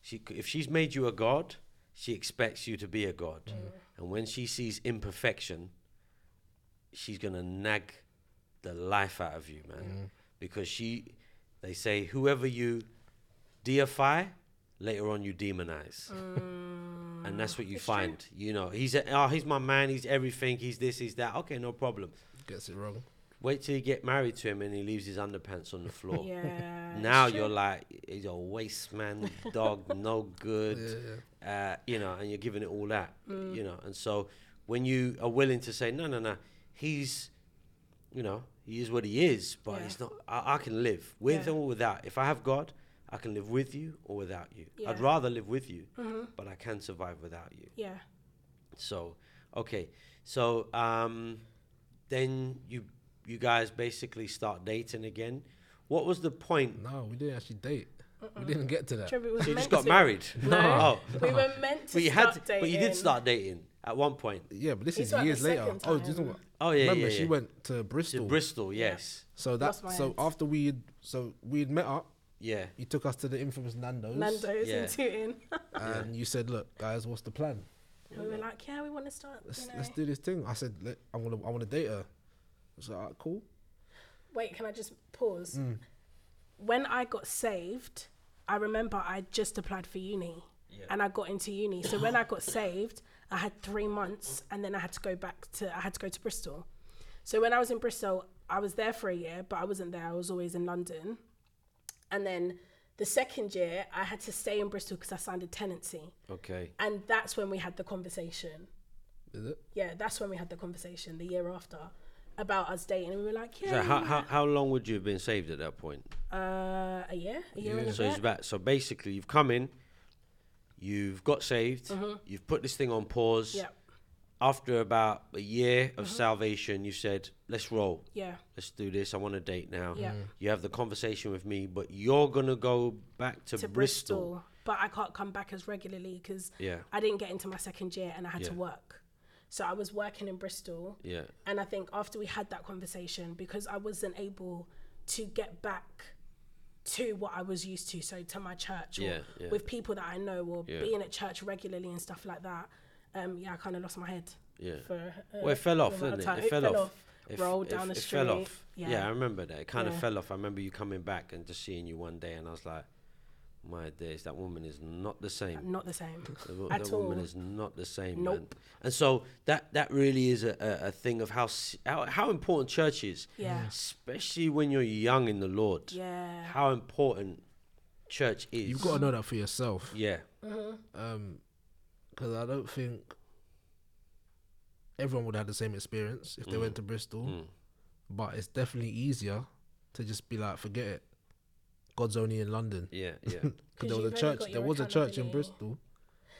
[SPEAKER 1] she c- if she's made you a god she expects you to be a god and when she sees imperfection she's gonna nag the life out of you, man. Because she, they say, whoever you deify, later on you demonize, and that's what you find. You know, he's a, oh, he's my man. He's everything. He's this. He's that. Okay, no problem.
[SPEAKER 2] Gets it wrong.
[SPEAKER 1] Wait till you get married to him and he leaves his underpants on the floor.
[SPEAKER 3] *laughs*
[SPEAKER 1] *laughs*
[SPEAKER 3] Yeah.
[SPEAKER 1] Now
[SPEAKER 3] Sure.
[SPEAKER 1] you're like, he's a waste man, dog,
[SPEAKER 3] *laughs*
[SPEAKER 1] no good, Uh, you know, and you're giving it all that,
[SPEAKER 3] Mm.
[SPEAKER 1] you know. And so when you are willing to say, no, no, no, he's, you know, he is what he is, but
[SPEAKER 3] Yeah.
[SPEAKER 1] he's not, I, I can live with
[SPEAKER 3] Yeah.
[SPEAKER 1] or without. If I have God, I can live with you or without you. I'd
[SPEAKER 3] Yeah. Mm-hmm.
[SPEAKER 1] rather live with you, but I can survive without you.
[SPEAKER 3] Yeah.
[SPEAKER 1] So, okay. So, um, then you you guys basically start dating again. What was the point?
[SPEAKER 2] No, we didn't actually date. We didn't get to that.
[SPEAKER 3] Trevor was
[SPEAKER 1] So you
[SPEAKER 3] meant
[SPEAKER 1] just got
[SPEAKER 3] to-
[SPEAKER 1] married.
[SPEAKER 3] *laughs*
[SPEAKER 1] *laughs*
[SPEAKER 3] No,
[SPEAKER 1] Oh.
[SPEAKER 3] we were meant to
[SPEAKER 1] But you had,
[SPEAKER 3] start dating.
[SPEAKER 1] but you did start dating at one point.
[SPEAKER 2] Yeah, but this
[SPEAKER 3] He's
[SPEAKER 2] is
[SPEAKER 3] like the
[SPEAKER 2] years later.
[SPEAKER 3] second
[SPEAKER 2] Oh, do you know
[SPEAKER 3] time.
[SPEAKER 2] what?
[SPEAKER 1] Oh yeah,
[SPEAKER 2] Remember,
[SPEAKER 1] yeah,
[SPEAKER 2] she
[SPEAKER 1] yeah.
[SPEAKER 2] went to
[SPEAKER 1] to
[SPEAKER 2] Bristol.
[SPEAKER 1] Bristol. Yes.
[SPEAKER 2] so that,
[SPEAKER 3] Lost my
[SPEAKER 2] so
[SPEAKER 3] head.
[SPEAKER 2] after we, had, so we had met up.
[SPEAKER 1] Yeah.
[SPEAKER 2] You took us to the infamous Nando's,
[SPEAKER 3] Nando's
[SPEAKER 1] Yeah.
[SPEAKER 3] and Tooting. *laughs*
[SPEAKER 2] and you said, "Look, guys, what's the plan?
[SPEAKER 3] we were like, yeah, we want to start.
[SPEAKER 2] Let's
[SPEAKER 3] you know.
[SPEAKER 2] let's do this thing." I said, "Look, "I want to, I want to date her." So like, "Alright, cool.
[SPEAKER 3] Wait, can I just pause? When I got saved, I remember I just applied for uni and I got into uni. So when I got saved, I had three months and then I had to go back to I had to go to Bristol. So when I was in Bristol, I was there for a year, but I wasn't there. I was always in London. And then the second year, I had to stay in Bristol because I signed a tenancy.
[SPEAKER 1] Okay.
[SPEAKER 3] And that's when we had the conversation.
[SPEAKER 2] Is it?
[SPEAKER 3] Yeah, that's when we had the conversation the year after about us dating. And we were like, yeah.
[SPEAKER 1] So how, how, how long would you have been saved at that point?
[SPEAKER 3] Uh, a year, a year and a
[SPEAKER 1] So
[SPEAKER 3] bit.
[SPEAKER 1] it's about so basically you've come in, you've got saved, you've put this thing on pause.
[SPEAKER 3] Mm-hmm. yeah, Mm-hmm.
[SPEAKER 1] after about a year of salvation, you said, "Let's roll.
[SPEAKER 3] Yeah.
[SPEAKER 1] Let's do this. I want a date now."
[SPEAKER 3] Yeah. Mhm.
[SPEAKER 1] You have the conversation with me, but you're gonna go back to,
[SPEAKER 3] to
[SPEAKER 1] Bristol.
[SPEAKER 3] Bristol. But I can't come back as regularly because
[SPEAKER 1] Yeah.
[SPEAKER 3] I didn't get into my second year and I had to
[SPEAKER 1] Yeah.
[SPEAKER 3] work. So I was working in Bristol.
[SPEAKER 1] Yeah.
[SPEAKER 3] And I think after we had that conversation, because I wasn't able to get back to what I was used to, so to my church or
[SPEAKER 1] Yeah, yeah.
[SPEAKER 3] with people that I know or
[SPEAKER 1] Yeah.
[SPEAKER 3] being at church regularly and stuff like that, um, yeah, I kind of lost my head.
[SPEAKER 1] Yeah.
[SPEAKER 3] For, uh,
[SPEAKER 1] Well, it fell off,
[SPEAKER 3] the
[SPEAKER 1] didn't
[SPEAKER 3] amount of
[SPEAKER 1] it?
[SPEAKER 3] time.
[SPEAKER 1] It fell off. It f-
[SPEAKER 3] rolled
[SPEAKER 1] it
[SPEAKER 3] down
[SPEAKER 1] f-
[SPEAKER 3] the
[SPEAKER 1] it
[SPEAKER 3] street.
[SPEAKER 1] fell off.
[SPEAKER 3] Yeah.
[SPEAKER 1] I remember that. It kind of
[SPEAKER 3] Yeah.
[SPEAKER 1] fell off. I remember you coming back and just seeing you one day, and I was like, "My days, that woman is not the same.
[SPEAKER 3] Not the same
[SPEAKER 1] The wo-
[SPEAKER 3] at
[SPEAKER 1] that
[SPEAKER 3] all.
[SPEAKER 1] woman is not the same." man.
[SPEAKER 3] Nope.
[SPEAKER 1] And so that that really is a, a, a thing of how, s- how how important church is.
[SPEAKER 3] Yeah.
[SPEAKER 1] Especially when you're young in the Lord.
[SPEAKER 3] Yeah.
[SPEAKER 1] How important church is.
[SPEAKER 2] You've got to know that for yourself.
[SPEAKER 1] Yeah.
[SPEAKER 3] Mm-hmm.
[SPEAKER 2] because Um, I don't think everyone would have the same experience if they went to Bristol. But it's definitely easier to just be like, forget it. God's only in London
[SPEAKER 1] Yeah. Yeah. *laughs*
[SPEAKER 2] because
[SPEAKER 3] 'Cause
[SPEAKER 2] there was
[SPEAKER 3] you've
[SPEAKER 2] a
[SPEAKER 3] only
[SPEAKER 2] church.
[SPEAKER 3] got
[SPEAKER 2] There
[SPEAKER 3] your
[SPEAKER 2] was a church in
[SPEAKER 3] accountability.
[SPEAKER 2] Bristol.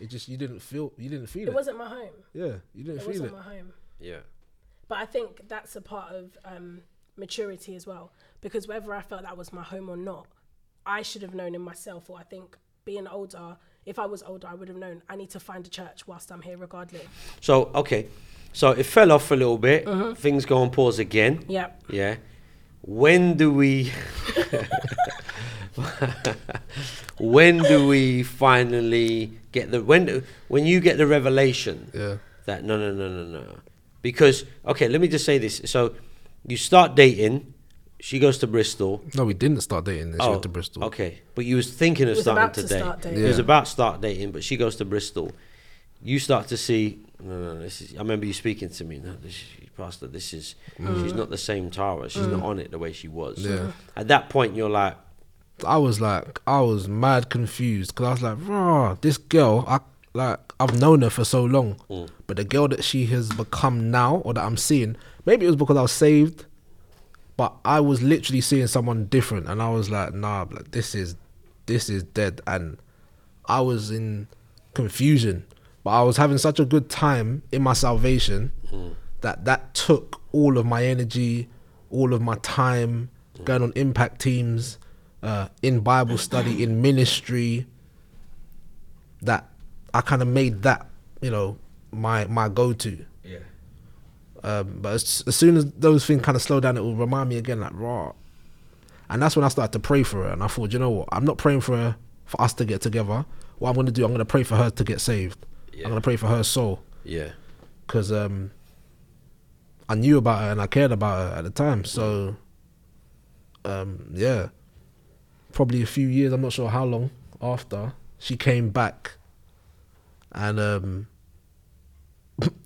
[SPEAKER 2] It just you didn't feel you didn't feel it.
[SPEAKER 3] It wasn't my home.
[SPEAKER 2] yeah, you didn't
[SPEAKER 3] It
[SPEAKER 2] feel
[SPEAKER 3] wasn't
[SPEAKER 2] it.
[SPEAKER 3] my home.
[SPEAKER 1] yeah.
[SPEAKER 3] But I think that's a part of um, maturity as well, because whether I felt that was my home or not, I should have known in myself, or I think being older, if I was older, I would have known I need to find a church whilst I'm here, regardless.
[SPEAKER 1] So okay, so it fell off a little bit.
[SPEAKER 3] Mm-hmm.
[SPEAKER 1] Things go on pause again.
[SPEAKER 3] Yeah.
[SPEAKER 1] Yeah. When do we? *laughs* when do we finally get the when do, when you get the revelation
[SPEAKER 2] Yeah.
[SPEAKER 1] that no no no no no because okay let me just say this so you start dating she goes to Bristol
[SPEAKER 2] No, we didn't start dating. This. She
[SPEAKER 1] Oh,
[SPEAKER 2] went to Bristol.
[SPEAKER 1] Okay, but you was thinking of
[SPEAKER 3] Was
[SPEAKER 1] starting
[SPEAKER 3] about
[SPEAKER 1] to
[SPEAKER 3] to
[SPEAKER 1] date.
[SPEAKER 3] start dating.
[SPEAKER 1] It was
[SPEAKER 2] Yeah.
[SPEAKER 1] about start dating, but she goes to Bristol. You start to see. No, no, this is. I remember you speaking to me. No, this, Pastor, this is.
[SPEAKER 3] Mm.
[SPEAKER 1] She's not the same Tara. She's not on it the way she was.
[SPEAKER 2] Yeah.
[SPEAKER 1] At that point, you're like,
[SPEAKER 2] I was like, I was mad confused because I was like, rah, this girl, I like, I've known her for so long, but the girl that she has become now, or that I'm seeing, maybe it was because I was saved, but I was literally seeing someone different, and I was like, nah, like this is, this is dead, and I was in confusion, but I was having such a good time in my salvation that that took all of my energy, all of my time, going on impact teams, uh, in Bible study, in ministry. That I kind of made that you know my my go to.
[SPEAKER 1] yeah,
[SPEAKER 2] Um, but as, as soon as those things kind of slow down, it will remind me again, like raw. And that's when I started to pray for her, and I thought, you know what? I'm not praying for her for us to get together. What I'm going to do, I'm going to pray for her to get saved.
[SPEAKER 1] Yeah.
[SPEAKER 2] I'm going to pray for her soul
[SPEAKER 1] yeah,
[SPEAKER 2] because um, I knew about her and I cared about her at the time. So, um, yeah, probably a few years. I'm not sure how long after she came back, and um, *laughs*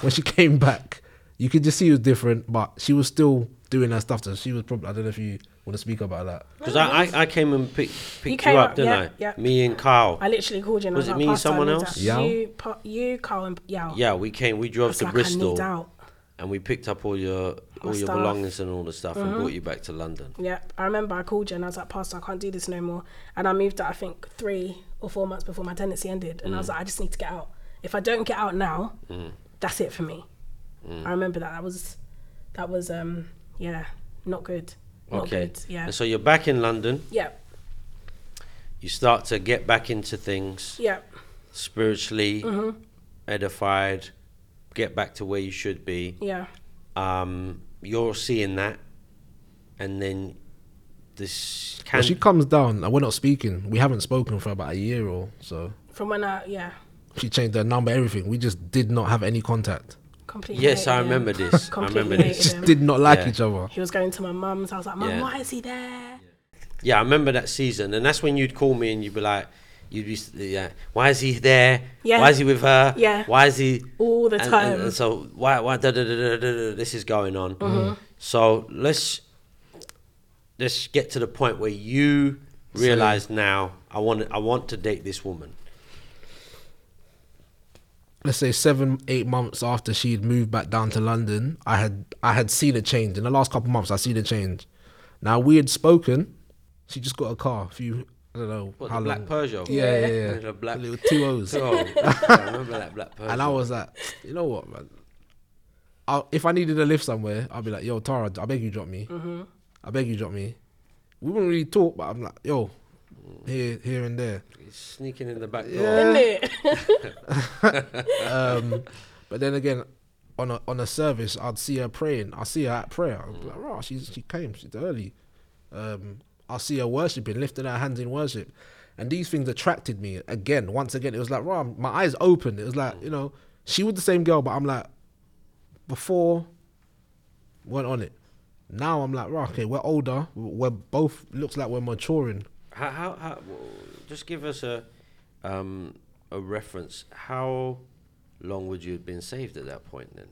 [SPEAKER 2] when she came back, you could just see it was different, but she was still doing her stuff. So she was probably. I don't know if you want to speak about that.
[SPEAKER 1] because I, I I came and pick, picked you,
[SPEAKER 3] came
[SPEAKER 1] up,
[SPEAKER 3] up,
[SPEAKER 1] didn't I?
[SPEAKER 3] yeah, yeah.
[SPEAKER 1] Me and Carl.
[SPEAKER 3] I literally called you and
[SPEAKER 1] Was
[SPEAKER 3] I
[SPEAKER 1] it
[SPEAKER 3] was
[SPEAKER 1] me
[SPEAKER 3] like,
[SPEAKER 1] and
[SPEAKER 3] "Pastor, I
[SPEAKER 1] someone
[SPEAKER 3] need that."
[SPEAKER 1] else?
[SPEAKER 2] Yao?
[SPEAKER 3] You, pa- you, Carl, and Yao.
[SPEAKER 1] yeah, we came. We drove
[SPEAKER 3] It's
[SPEAKER 1] to
[SPEAKER 3] like I
[SPEAKER 1] Bristol
[SPEAKER 3] nicked out.
[SPEAKER 1] and we picked up all your
[SPEAKER 3] My
[SPEAKER 1] all your
[SPEAKER 3] stuff. Mm-hmm.
[SPEAKER 1] belongings and all the stuff and brought you back to London.
[SPEAKER 3] Yeah, I remember I called you and I was like, Pastor, I can't do this no more. And I moved out, I think, three or four months before my tenancy ended. And I
[SPEAKER 1] Mm.
[SPEAKER 3] was like, I just need to get out. If I don't get out now, that's it for me.
[SPEAKER 1] Mm.
[SPEAKER 3] I remember that. That was, that was, um, yeah, not good. Not
[SPEAKER 1] Okay,
[SPEAKER 3] good. Yeah.
[SPEAKER 1] And so you're back in London.
[SPEAKER 3] yeah.
[SPEAKER 1] You start to get back into things.
[SPEAKER 3] Yeah.
[SPEAKER 1] spiritually edified, get back to where you should be.
[SPEAKER 3] Yeah.
[SPEAKER 1] Um, you're seeing that, and then this can
[SPEAKER 2] When she comes down, and we're not speaking. We haven't spoken for about a year or so.
[SPEAKER 3] From when I, yeah,
[SPEAKER 2] She changed her number, everything. We just did not have any contact.
[SPEAKER 3] completely.
[SPEAKER 1] yes,
[SPEAKER 3] hated
[SPEAKER 1] I
[SPEAKER 3] him.
[SPEAKER 1] remember this. I
[SPEAKER 3] Completely
[SPEAKER 1] remember
[SPEAKER 3] hated
[SPEAKER 1] this.
[SPEAKER 2] Just
[SPEAKER 3] him.
[SPEAKER 2] did not like
[SPEAKER 1] Yeah.
[SPEAKER 2] each other.
[SPEAKER 3] He was going to my mum's. I was like, Mum,
[SPEAKER 1] Yeah.
[SPEAKER 3] why is he there?
[SPEAKER 1] Yeah, I remember that season, and that's when you'd call me and you'd be like, you'd be s- yeah, why is he there?
[SPEAKER 3] Yeah.
[SPEAKER 1] Why is he with her?
[SPEAKER 3] Yeah.
[SPEAKER 1] Why is he
[SPEAKER 3] All the
[SPEAKER 1] and- and-
[SPEAKER 3] time. Mm-hmm.
[SPEAKER 1] And, so why why da, da, da, da, da, da, this is going on. So let's let's get to the point where you realize now I want I want to date this woman.
[SPEAKER 2] let's say seven, eight months after she had moved back down to London, I had I had seen a change. In the last couple of months I seen a change. Now we had spoken, she just got a car a few I don't know
[SPEAKER 1] What,
[SPEAKER 2] how
[SPEAKER 1] the Black
[SPEAKER 2] long.
[SPEAKER 1] Peugeot?
[SPEAKER 2] yeah, yeah, yeah.
[SPEAKER 1] The black-
[SPEAKER 2] little two O's.
[SPEAKER 1] Oh, *laughs* I remember that black Peugeot.
[SPEAKER 2] And I was like, you know what, man? I'll, if I needed a lift somewhere, I'd be like, yo, Tara, I beg you drop me.
[SPEAKER 1] Mm-hmm.
[SPEAKER 2] I beg you drop me. We wouldn't really talk, but I'm like, yo, here, here and there.
[SPEAKER 1] He's sneaking in the back door.
[SPEAKER 2] Yeah.
[SPEAKER 3] Isn't it? *laughs*
[SPEAKER 2] Um, but then again, on a on a service, I'd see her praying. I see her at prayer. I'd be like, "Rah, she's she came. She's early." Um, I see her worshiping, lifting her hands in worship, and these things attracted me again. Once again, it was like, "Rah," my eyes opened. It was like, you know, she was the same girl, but I'm like, before, weren't on it. Now I'm like, "Rah, okay, we're older. We're both looks like we're maturing."
[SPEAKER 1] How, how, how, w- just give us a, um, a reference. How long would you have been saved at that point then?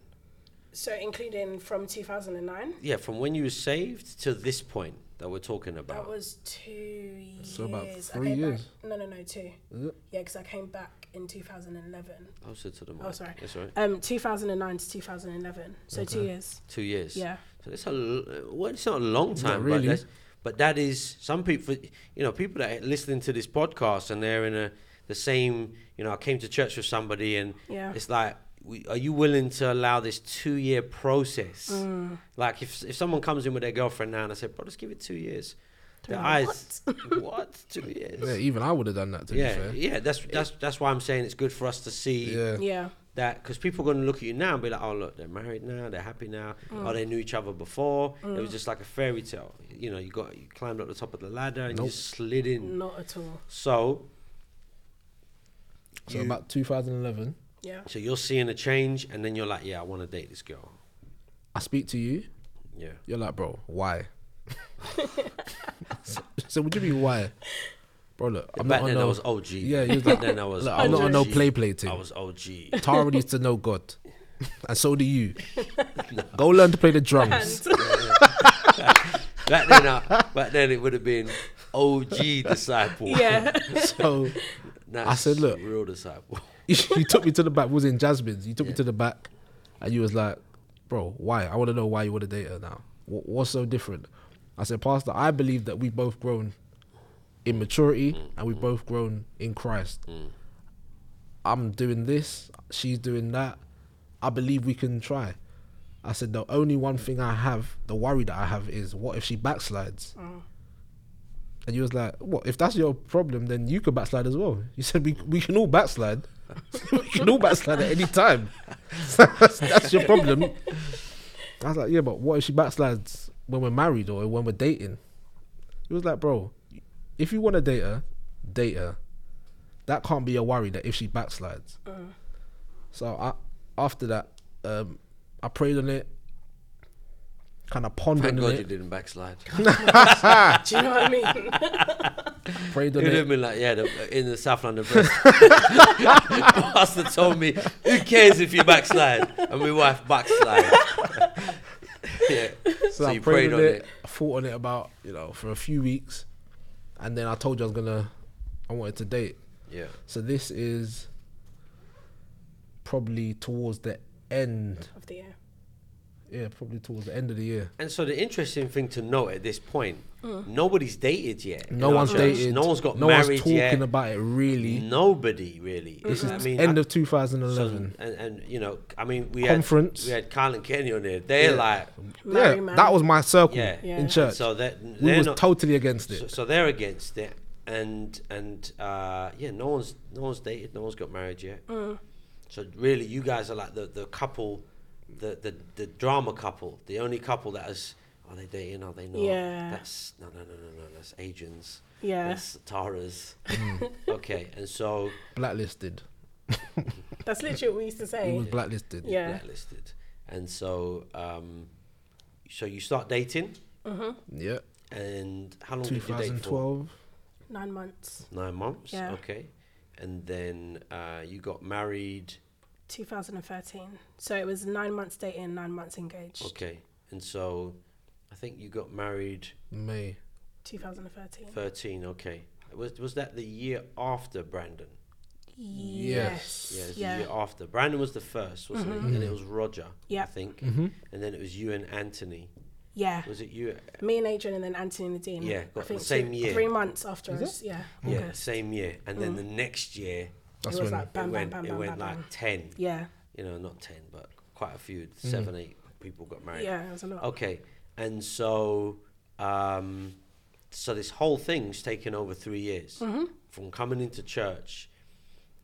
[SPEAKER 3] So including from 2009,
[SPEAKER 1] Yeah, from when you were saved to this point that we're talking
[SPEAKER 3] that
[SPEAKER 1] about.
[SPEAKER 3] was two years.
[SPEAKER 2] So about
[SPEAKER 3] I
[SPEAKER 2] three
[SPEAKER 3] came back-
[SPEAKER 2] years.
[SPEAKER 3] no, no, no, two.
[SPEAKER 2] Is it?
[SPEAKER 3] Yeah, because I came back in 2011.
[SPEAKER 1] Closer to the mic.
[SPEAKER 3] Oh, sorry.
[SPEAKER 1] That's all right.
[SPEAKER 3] Um, 2009 to 2011. So two years.
[SPEAKER 1] Two years.
[SPEAKER 3] Yeah.
[SPEAKER 1] So it's a l- well, it's not a long time, but
[SPEAKER 2] really.
[SPEAKER 1] that's, but that is some people. You know, people that are listening to this podcast and they're in a the same. You know, I came to church with somebody, and
[SPEAKER 3] Yeah.
[SPEAKER 1] it's like, we, are you willing to allow this two year process?
[SPEAKER 3] Mm.
[SPEAKER 1] Like, if if someone comes in with their girlfriend now and I said, bro, just give it two years.
[SPEAKER 3] They're
[SPEAKER 1] Their
[SPEAKER 3] like,
[SPEAKER 1] eyes, *laughs* what? Two years?
[SPEAKER 2] Yeah, even I would have done that. To be
[SPEAKER 1] yeah,
[SPEAKER 2] fair.
[SPEAKER 1] yeah. That's that's that's why I'm saying it's good for us to see
[SPEAKER 2] Yeah.
[SPEAKER 3] Yeah.
[SPEAKER 1] that because people are going to look at you now and be like, oh, look, they're married now, they're happy now, oh, they knew each other before. It was just like a fairy tale. You know, you got you climbed up the top of the ladder and
[SPEAKER 2] Nope.
[SPEAKER 1] you just slid in.
[SPEAKER 3] Not at all.
[SPEAKER 1] So,
[SPEAKER 2] So
[SPEAKER 1] you-
[SPEAKER 2] about 2011.
[SPEAKER 3] Yeah. *laughs*
[SPEAKER 1] so you're seeing a change, and then you're like, yeah, I want to date this girl.
[SPEAKER 2] I speak to you.
[SPEAKER 1] Yeah,
[SPEAKER 2] You're like, bro, why? *laughs* so, so would you be why, bro? Look, I'm
[SPEAKER 1] back
[SPEAKER 2] not
[SPEAKER 1] then
[SPEAKER 2] on
[SPEAKER 1] I
[SPEAKER 2] no,
[SPEAKER 1] was OG.
[SPEAKER 2] Yeah, you was
[SPEAKER 1] back
[SPEAKER 2] like,
[SPEAKER 1] then I was.
[SPEAKER 2] look, I'm not on no
[SPEAKER 1] OG.
[SPEAKER 2] play play team.
[SPEAKER 1] I was OG.
[SPEAKER 2] Tara needs to
[SPEAKER 1] *laughs*
[SPEAKER 2] know God, and so do you. Go learn to play the drums.
[SPEAKER 1] back then,
[SPEAKER 2] *laughs*
[SPEAKER 1] I, back then it would have been OG disciple.
[SPEAKER 3] *laughs* Yeah.
[SPEAKER 1] *laughs*
[SPEAKER 2] so
[SPEAKER 1] Now
[SPEAKER 2] I
[SPEAKER 1] it's
[SPEAKER 2] said, look.
[SPEAKER 1] real disciple.
[SPEAKER 2] *laughs* you, you took me to the back. We Was in Jasmine's. You took me to the back, and you was like, bro, why? I want to know why you want to date her now. What, what's so different? I said, Pastor, I believe that we've both grown in maturity and we've both grown in Christ. I'm doing this, she's doing that. I believe we can try. I said, the only one thing I have, the worry that I have is what if she backslides? And you was like, what? If that's your problem, then you could backslide as well. You said, we, we can all backslide. *laughs* we can all backslide at any time. *laughs* that's, that's your problem. I was like, yeah, but what if she backslides when we're married or when we're dating? He was like, bro, if you want to date her, date her. That can't be a worry that if she backslides. So I, after that, um, I prayed on it, kind of pondered
[SPEAKER 1] Thank
[SPEAKER 2] on
[SPEAKER 1] God
[SPEAKER 2] it,
[SPEAKER 1] you didn't backslide.
[SPEAKER 3] Do you know what I mean? *laughs*
[SPEAKER 2] prayed on
[SPEAKER 1] It would
[SPEAKER 2] it.
[SPEAKER 1] have been like, yeah, the, in the South London
[SPEAKER 2] *laughs*
[SPEAKER 1] press. Pastor told me, who cares if you backslide? And my wife backslide. *laughs* yeah. So,
[SPEAKER 2] So, I
[SPEAKER 1] you prayed on it.
[SPEAKER 2] I thought on it about you know for a few weeks, and then I told you I was gonna, I wanted to date.
[SPEAKER 1] Yeah.
[SPEAKER 2] So this is probably towards the end.
[SPEAKER 3] Of the year.
[SPEAKER 2] Yeah, probably towards the end of the year.
[SPEAKER 1] And so the interesting thing to note at this point, nobody's dated yet. in
[SPEAKER 2] No
[SPEAKER 1] our
[SPEAKER 2] one's
[SPEAKER 1] church.
[SPEAKER 2] dated.
[SPEAKER 1] No one's got
[SPEAKER 2] no
[SPEAKER 1] married
[SPEAKER 2] one's talking
[SPEAKER 1] yet.
[SPEAKER 2] about it really.
[SPEAKER 1] Nobody really.
[SPEAKER 2] This is
[SPEAKER 1] I mean,
[SPEAKER 2] end
[SPEAKER 1] I-
[SPEAKER 2] of 2011.
[SPEAKER 1] so- and, and you know, I mean, we
[SPEAKER 2] Conference.
[SPEAKER 1] had we had Carl and Kenny on there. They're
[SPEAKER 2] Yeah.
[SPEAKER 1] like,
[SPEAKER 2] yeah,
[SPEAKER 3] Marry man.
[SPEAKER 2] that was my circle
[SPEAKER 1] yeah,
[SPEAKER 3] Yeah.
[SPEAKER 2] in church.
[SPEAKER 1] So that
[SPEAKER 2] we
[SPEAKER 1] they're
[SPEAKER 2] was
[SPEAKER 1] not,
[SPEAKER 2] totally against it.
[SPEAKER 1] So, so they're against it, and and uh, yeah, no one's no one's dated, no one's got married yet.
[SPEAKER 3] Mm.
[SPEAKER 1] So really, you guys are like the the couple, the the the drama couple, the only couple that is. Are they dating? Are they not?
[SPEAKER 3] Yeah.
[SPEAKER 1] That's no, no, no, no, no. That's Adrian's.
[SPEAKER 3] Yeah.
[SPEAKER 1] That's Tara's.
[SPEAKER 3] *laughs*
[SPEAKER 1] okay, and so
[SPEAKER 2] blacklisted.
[SPEAKER 3] That's literally what we used to
[SPEAKER 2] We
[SPEAKER 3] say.
[SPEAKER 2] was blacklisted.
[SPEAKER 3] Yeah.
[SPEAKER 1] blacklisted, and so um, so you start dating,
[SPEAKER 2] Yeah.
[SPEAKER 1] and how long did you date for?
[SPEAKER 2] 2012.
[SPEAKER 3] Nine months.
[SPEAKER 1] Nine months.
[SPEAKER 3] Yeah.
[SPEAKER 1] Okay, and then uh, you got married.
[SPEAKER 3] 2013. So it was nine months dating, nine months engaged.
[SPEAKER 1] Okay, and so I think you got married
[SPEAKER 2] May.
[SPEAKER 3] 2013.
[SPEAKER 1] thirteen. Okay, was was that the year after Brandon?
[SPEAKER 2] Yes.
[SPEAKER 1] Yeah, it
[SPEAKER 3] Yes.
[SPEAKER 1] was
[SPEAKER 3] Yeah. Mm-hmm.
[SPEAKER 1] the year after Brandon was the first, wasn't it? And it was Roger, I
[SPEAKER 3] Yep.
[SPEAKER 1] think, and then it was you and Anthony,
[SPEAKER 3] Yeah.
[SPEAKER 1] Was it you?
[SPEAKER 3] Me and Adrian and then Anthony and Nadine.
[SPEAKER 1] Yeah,
[SPEAKER 3] I
[SPEAKER 1] got
[SPEAKER 3] think
[SPEAKER 1] the same
[SPEAKER 3] two-
[SPEAKER 1] year.
[SPEAKER 3] Three months after us. Yeah.
[SPEAKER 1] Yeah,
[SPEAKER 3] August.
[SPEAKER 1] same year. And then the next year,
[SPEAKER 2] That's
[SPEAKER 3] it was
[SPEAKER 2] when-
[SPEAKER 3] like bam,
[SPEAKER 1] it went,
[SPEAKER 3] bam,
[SPEAKER 1] it
[SPEAKER 3] bam,
[SPEAKER 1] went
[SPEAKER 3] bam, bam,
[SPEAKER 1] like
[SPEAKER 3] bam.
[SPEAKER 1] 10.
[SPEAKER 3] Yeah.
[SPEAKER 1] You know, not 10, but quite a few, seven, eight people got married.
[SPEAKER 3] Yeah, it was a lot.
[SPEAKER 1] Okay, and so, um, so this whole thing's taken over three years from coming into church,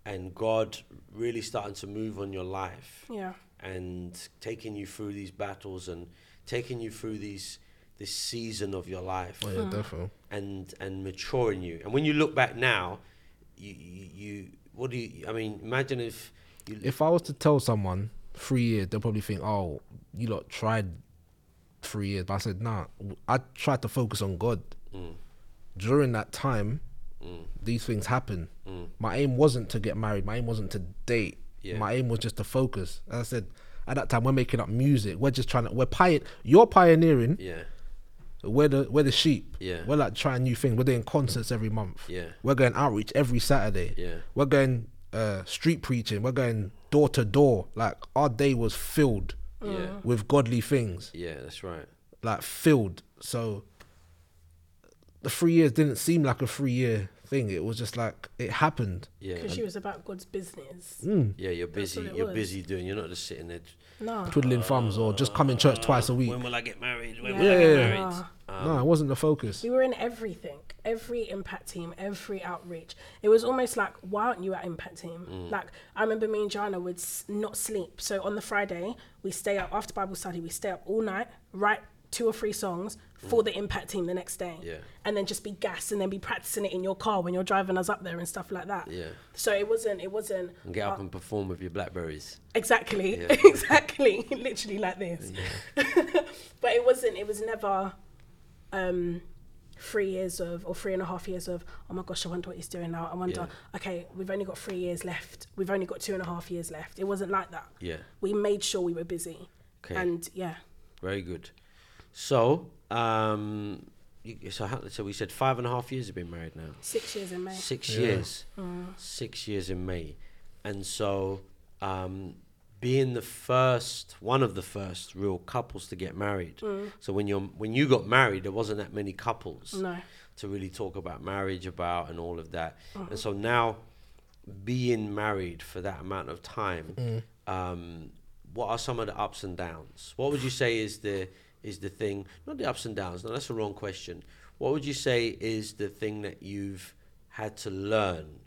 [SPEAKER 1] and God really starting to move on your life,
[SPEAKER 3] Yeah.
[SPEAKER 1] and taking you through these battles and taking you through these this season of your life,
[SPEAKER 2] Oh
[SPEAKER 3] Uh-huh.
[SPEAKER 2] yeah, definitely.
[SPEAKER 1] and and maturing you. And when you look back now, you you, you what do you? I mean, imagine if you
[SPEAKER 2] If I was to tell someone three years, they'll probably think, "Oh, you lot tried three years." But I said, "Nah, w- I tried to focus on God." During that time, these things happen. My aim wasn't to get married. My aim wasn't to date.
[SPEAKER 1] Yeah.
[SPEAKER 2] My aim was just to focus. As I said, at that time, we're making up music. We're just trying to. We're pioneering. You're pioneering.
[SPEAKER 1] yeah
[SPEAKER 2] We're the we're the sheep.
[SPEAKER 1] Yeah.
[SPEAKER 2] We're like trying new things. We're doing concerts every month.
[SPEAKER 1] Yeah.
[SPEAKER 2] We're going outreach every Saturday.
[SPEAKER 1] Yeah.
[SPEAKER 2] We're going uh, street preaching. We're going door to door. Like our day was filled
[SPEAKER 1] Yeah.
[SPEAKER 2] with godly things.
[SPEAKER 1] yeah that's right.
[SPEAKER 2] Like filled. So the three years didn't seem like a three year thing. It was just like it happened.
[SPEAKER 1] Yeah, Mm.
[SPEAKER 3] Because she was about God's business.
[SPEAKER 1] Yeah, you're busy.
[SPEAKER 3] what it
[SPEAKER 1] You're
[SPEAKER 3] was.
[SPEAKER 1] busy doing. You're not just sitting there.
[SPEAKER 3] No.
[SPEAKER 2] Twiddling thumbs or just coming church twice a week.
[SPEAKER 1] Ah, When will I get married? When
[SPEAKER 3] Yeah.
[SPEAKER 1] will I get
[SPEAKER 2] Yeah.
[SPEAKER 1] married? Ah.
[SPEAKER 2] no, it wasn't the focus.
[SPEAKER 3] We were in everything, every impact team, every outreach. It was almost like, why aren't you at impact team?
[SPEAKER 1] Mm.
[SPEAKER 3] Like, I remember me and Jana would s- not sleep. So on the Friday, we stay up after Bible study, we stay up all night, write two or three songs for the impact team the next day.
[SPEAKER 1] Mm. Yeah.
[SPEAKER 3] And then just be gassed and then be practicing it in your car when you're driving us up there and stuff like that.
[SPEAKER 1] Yeah.
[SPEAKER 3] So it wasn't, it wasn't.
[SPEAKER 1] And get
[SPEAKER 3] uh,
[SPEAKER 1] up and perform with your blackberries.
[SPEAKER 3] Exactly,
[SPEAKER 1] Yeah.
[SPEAKER 3] *laughs* exactly, literally like this. *laughs* but it wasn't. It was never um, three years of or three and a half years of. Oh my gosh, I wonder what he's doing now. I wonder. Okay, we've only got three years left. We've only got two and a half years left. It wasn't like that.
[SPEAKER 1] Yeah.
[SPEAKER 3] We made sure we were busy.
[SPEAKER 1] 'Kay.
[SPEAKER 3] And yeah,
[SPEAKER 1] Very good. So, um, you, so how, so we said five and a half years have been married now.
[SPEAKER 3] six years in May.
[SPEAKER 1] Six
[SPEAKER 2] Yeah.
[SPEAKER 1] years. Six years in May, and so um, being the first, one of the first real couples to get married. So when you are when you got married, there wasn't that many couples.
[SPEAKER 3] No.
[SPEAKER 1] to really talk about marriage about and all of that. And so now, being married for that amount of time, um, what are some of the ups and downs? What would you say is the is the thing? Not the ups and downs. No, that's the wrong question. What would you say is the thing that you've had to learn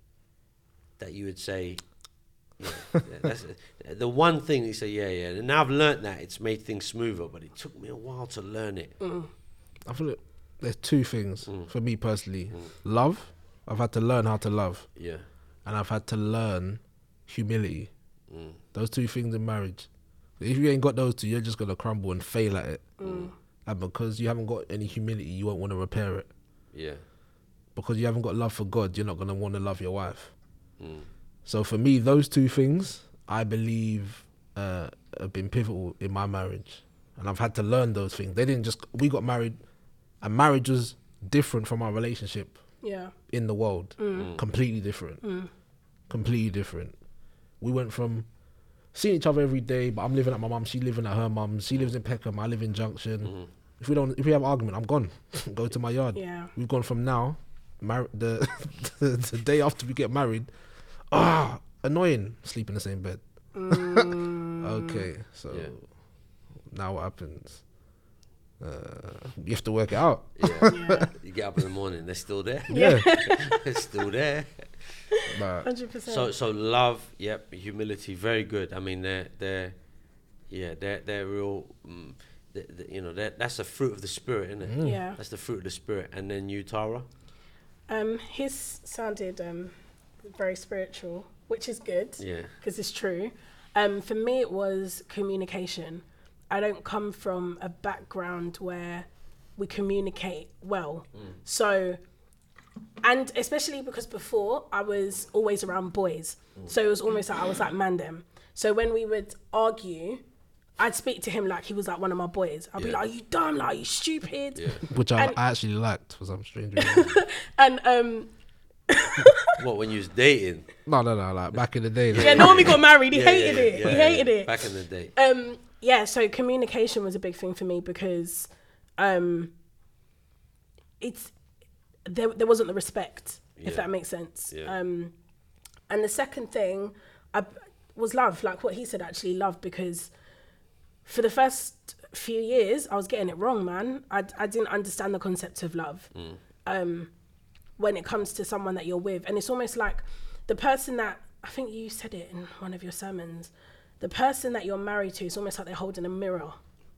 [SPEAKER 1] that you would say? Yeah, yeah, that's *laughs* the one thing you say. Yeah, yeah. And now I've learned that it's made things smoother, but it took me a while to learn it.
[SPEAKER 2] I feel like there's two things
[SPEAKER 1] Mm.
[SPEAKER 2] for me personally. Love. I've had to learn how to love.
[SPEAKER 1] Yeah,
[SPEAKER 2] and I've had to learn humility. Those two things in marriage. If you ain't got those two, you're just gonna crumble and fail at it. And because you haven't got any humility, you won't want to repair it.
[SPEAKER 1] yeah,
[SPEAKER 2] Because you haven't got love for God, you're not gonna want to love your wife.
[SPEAKER 1] mm.
[SPEAKER 2] So for me, those two things, I believe, uh, have been pivotal in my marriage, and I've had to learn those things. They didn't just we got married, and marriage was different from our relationship
[SPEAKER 1] *coughs*
[SPEAKER 3] Yeah.
[SPEAKER 2] in the world. Completely different. Completely different. We went from seeing each other every day, but I'm living at my mum, she living at her mum, she lives in Peckham, I live in Junction. If we don't if we have argument, I'm gone. *laughs* Go to my yard.
[SPEAKER 3] Yeah.
[SPEAKER 2] We've gone from now, mar- the, *laughs* the the day after we get married, ah, annoying, sleep in the same bed. *laughs* okay, so
[SPEAKER 1] Yeah.
[SPEAKER 2] now what happens? Uh, you have to work it out.
[SPEAKER 3] *laughs*
[SPEAKER 1] yeah. You get up in the morning, they're still there. *laughs*
[SPEAKER 2] Yeah.
[SPEAKER 1] It's still there.
[SPEAKER 2] But
[SPEAKER 3] Hundred percent.
[SPEAKER 1] So so love, yep, humility, very good. I mean they're they're yeah they're they're real. Mm, th th you know that that's the fruit of the spirit, isn't it?
[SPEAKER 3] Yeah.
[SPEAKER 1] That's the fruit of the spirit. And then you, Tara.
[SPEAKER 3] Um, his sounded um, very spiritual, which is good.
[SPEAKER 1] Yeah.
[SPEAKER 3] because it's true. Um, for me, it was communication. I don't come from a background where we communicate well.
[SPEAKER 1] Mm.
[SPEAKER 3] So, and especially because before I was always around boys.
[SPEAKER 1] Mm.
[SPEAKER 3] So it was almost like I was like mandem. So when we would argue, I'd speak to him like he was like one of my boys. I'd be
[SPEAKER 1] Yeah.
[SPEAKER 3] like, are you dumb? Like, are you stupid?
[SPEAKER 2] which I,
[SPEAKER 3] And-
[SPEAKER 2] I actually liked for some strange reason. *laughs*
[SPEAKER 3] And um,
[SPEAKER 1] What when you was dating?
[SPEAKER 2] No, no, no. Like back in the day, like,
[SPEAKER 3] yeah, no, when we got married,
[SPEAKER 1] *laughs*
[SPEAKER 3] he
[SPEAKER 1] Yeah, yeah,
[SPEAKER 3] hated it.
[SPEAKER 1] yeah,
[SPEAKER 3] he
[SPEAKER 1] yeah.
[SPEAKER 3] hated it.
[SPEAKER 1] Back in the day.
[SPEAKER 3] um yeah so communication was a big thing for me because um, it's there, there wasn't the respect, if
[SPEAKER 1] Yeah.
[SPEAKER 3] that makes sense.
[SPEAKER 1] Yeah.
[SPEAKER 3] Um, and the second thing I, was love, like what he said, actually, love, because for the first few years, I was getting it wrong, man. I, I didn't understand the concept of love um, when it comes to someone that you're with. And it's almost like the person that, I think you said it in one of your sermons, the person that you're married to is almost like they're holding a mirror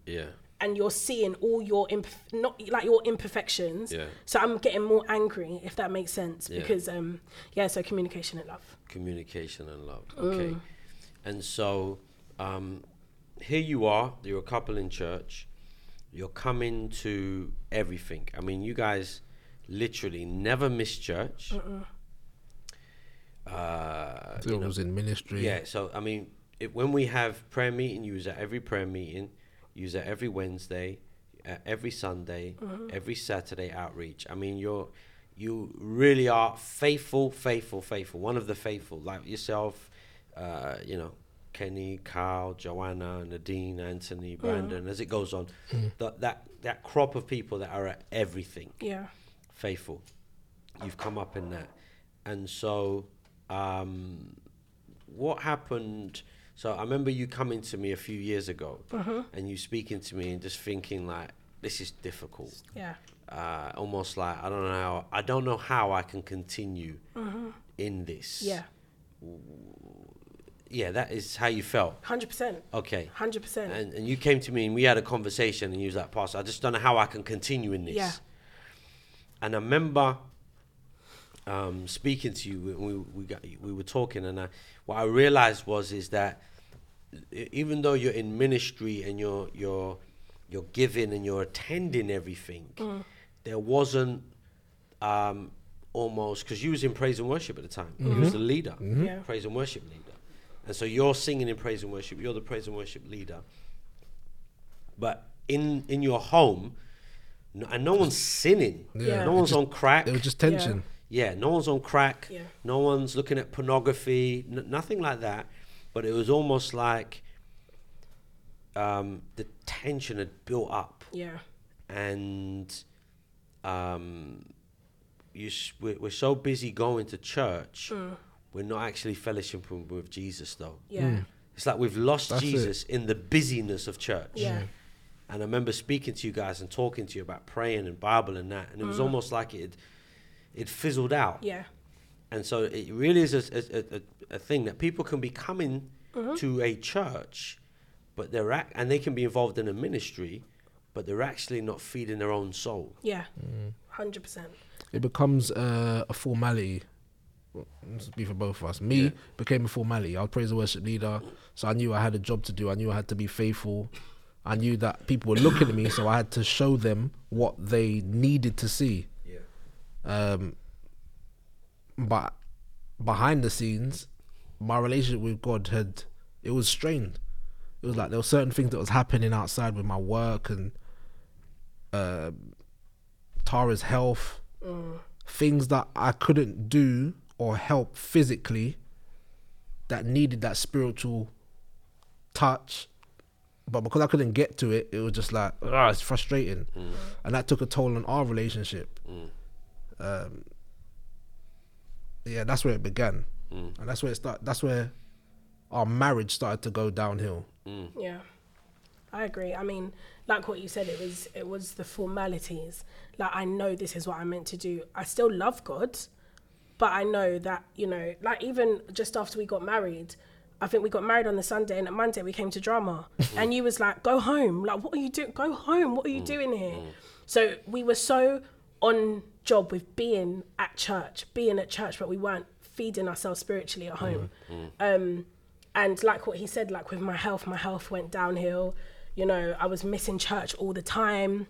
[SPEAKER 1] Yeah.
[SPEAKER 3] and you're seeing all your imperf- not like your imperfections.
[SPEAKER 1] Yeah.
[SPEAKER 3] So I'm getting more angry if that makes sense
[SPEAKER 1] Yeah.
[SPEAKER 3] because um yeah, so communication and love.
[SPEAKER 1] communication and love. Okay. And so um, here you are, you're a couple in church, you're coming to everything. I mean, you guys literally never miss church. Uh,
[SPEAKER 2] Phil was in ministry.
[SPEAKER 1] yeah, so I mean, it, when we have prayer meeting, you was at every prayer meeting, you was at every Wednesday, at every Sunday, every Saturday outreach. I mean, you're you really are faithful, faithful, faithful. One of the faithful, like yourself, uh, you know, Kenny, Carl, Joanna, Nadine, Anthony, Brandon, as it goes on. That that that crop of people that are at everything
[SPEAKER 3] Yeah.
[SPEAKER 1] faithful. You've come up in that. And so, um, what happened? So, I remember you coming to me a few years ago and you speaking to me and just thinking, like, this is difficult.
[SPEAKER 3] Yeah.
[SPEAKER 1] Uh, almost like I don't know how I don't know how I can continue in this.
[SPEAKER 3] Yeah.
[SPEAKER 1] yeah, that is how you felt.
[SPEAKER 3] 100%.
[SPEAKER 1] Okay,
[SPEAKER 3] 100%.
[SPEAKER 1] and and you came to me and we had a conversation and you was like, Pastor, I just don't know how I can continue in this.
[SPEAKER 3] Yeah.
[SPEAKER 1] And I remember um, speaking to you and we we got we were talking and I, what I realized was is that e- even though you're in ministry and you're you're you're giving and you're attending everything, there wasn't um, almost because you was in praise and worship at the time. You was the leader,
[SPEAKER 3] Yeah.
[SPEAKER 1] praise and worship leader, and so you're singing in praise and worship. You're the praise and worship leader, but in in your home, no, and no one's sinning.
[SPEAKER 3] Yeah.
[SPEAKER 1] No one's
[SPEAKER 2] Just-
[SPEAKER 1] on crack.
[SPEAKER 2] There was just tension.
[SPEAKER 1] Yeah, no one's on crack.
[SPEAKER 3] Yeah.
[SPEAKER 1] No one's looking at pornography. N- nothing like that. But it was almost like um, the tension had built up,
[SPEAKER 3] yeah.
[SPEAKER 1] and um, you s- we're, we're so busy going to church,
[SPEAKER 3] Mm.
[SPEAKER 1] we're not actually fellowshiping with Jesus though.
[SPEAKER 3] Yeah.
[SPEAKER 1] It's like we've lost
[SPEAKER 2] That's it.
[SPEAKER 1] Jesus in the busyness of church.
[SPEAKER 3] Yeah. Mm.
[SPEAKER 1] And I remember speaking to you guys and talking to you about praying and Bible and that, and it was almost like it it fizzled out.
[SPEAKER 3] Mm. Yeah.
[SPEAKER 1] And so it really is a, a, a, a thing that people can be coming
[SPEAKER 3] Mm-hmm.
[SPEAKER 1] to a church, but they're ac- and they can be involved in a ministry, but they're actually not feeding their own soul.
[SPEAKER 3] Yeah.
[SPEAKER 1] Mm.
[SPEAKER 3] 100%.
[SPEAKER 2] It becomes uh, a formality. Well, This would be for both of us. Me
[SPEAKER 1] Yeah.
[SPEAKER 2] became a formality. I was praise and worship leader, so I knew I had a job to do. I knew I had to be faithful. I knew that people were looking at me, so I had to show them what they needed to see.
[SPEAKER 1] Yeah.
[SPEAKER 2] Um, but behind the scenes, my relationship with God had it was strained. It was like there were certain things that was happening outside with my work and uh, Tara's health, things that I couldn't do or help physically that needed that spiritual touch. But because I couldn't get to it, it was just like, ah, it's frustrating. And that took a toll on our relationship yeah, that's where it began,
[SPEAKER 1] Mm.
[SPEAKER 2] and that's where it start. That's where our marriage started to go downhill.
[SPEAKER 3] Yeah. I agree. I mean, like what you said, it was it was the formalities. Like I know this is what I'm meant to do. I still love God, but I know that, you know, like even just after we got married, I think we got married on the Sunday and on Monday we came to drama. and you was like, Go home. Like, what are you doing? Go home. What are you doing here? So we were so on job with being at church, being at church, but we weren't feeding ourselves spiritually at home Um, and like what he said like with my health my health went downhill you know i was missing church all the time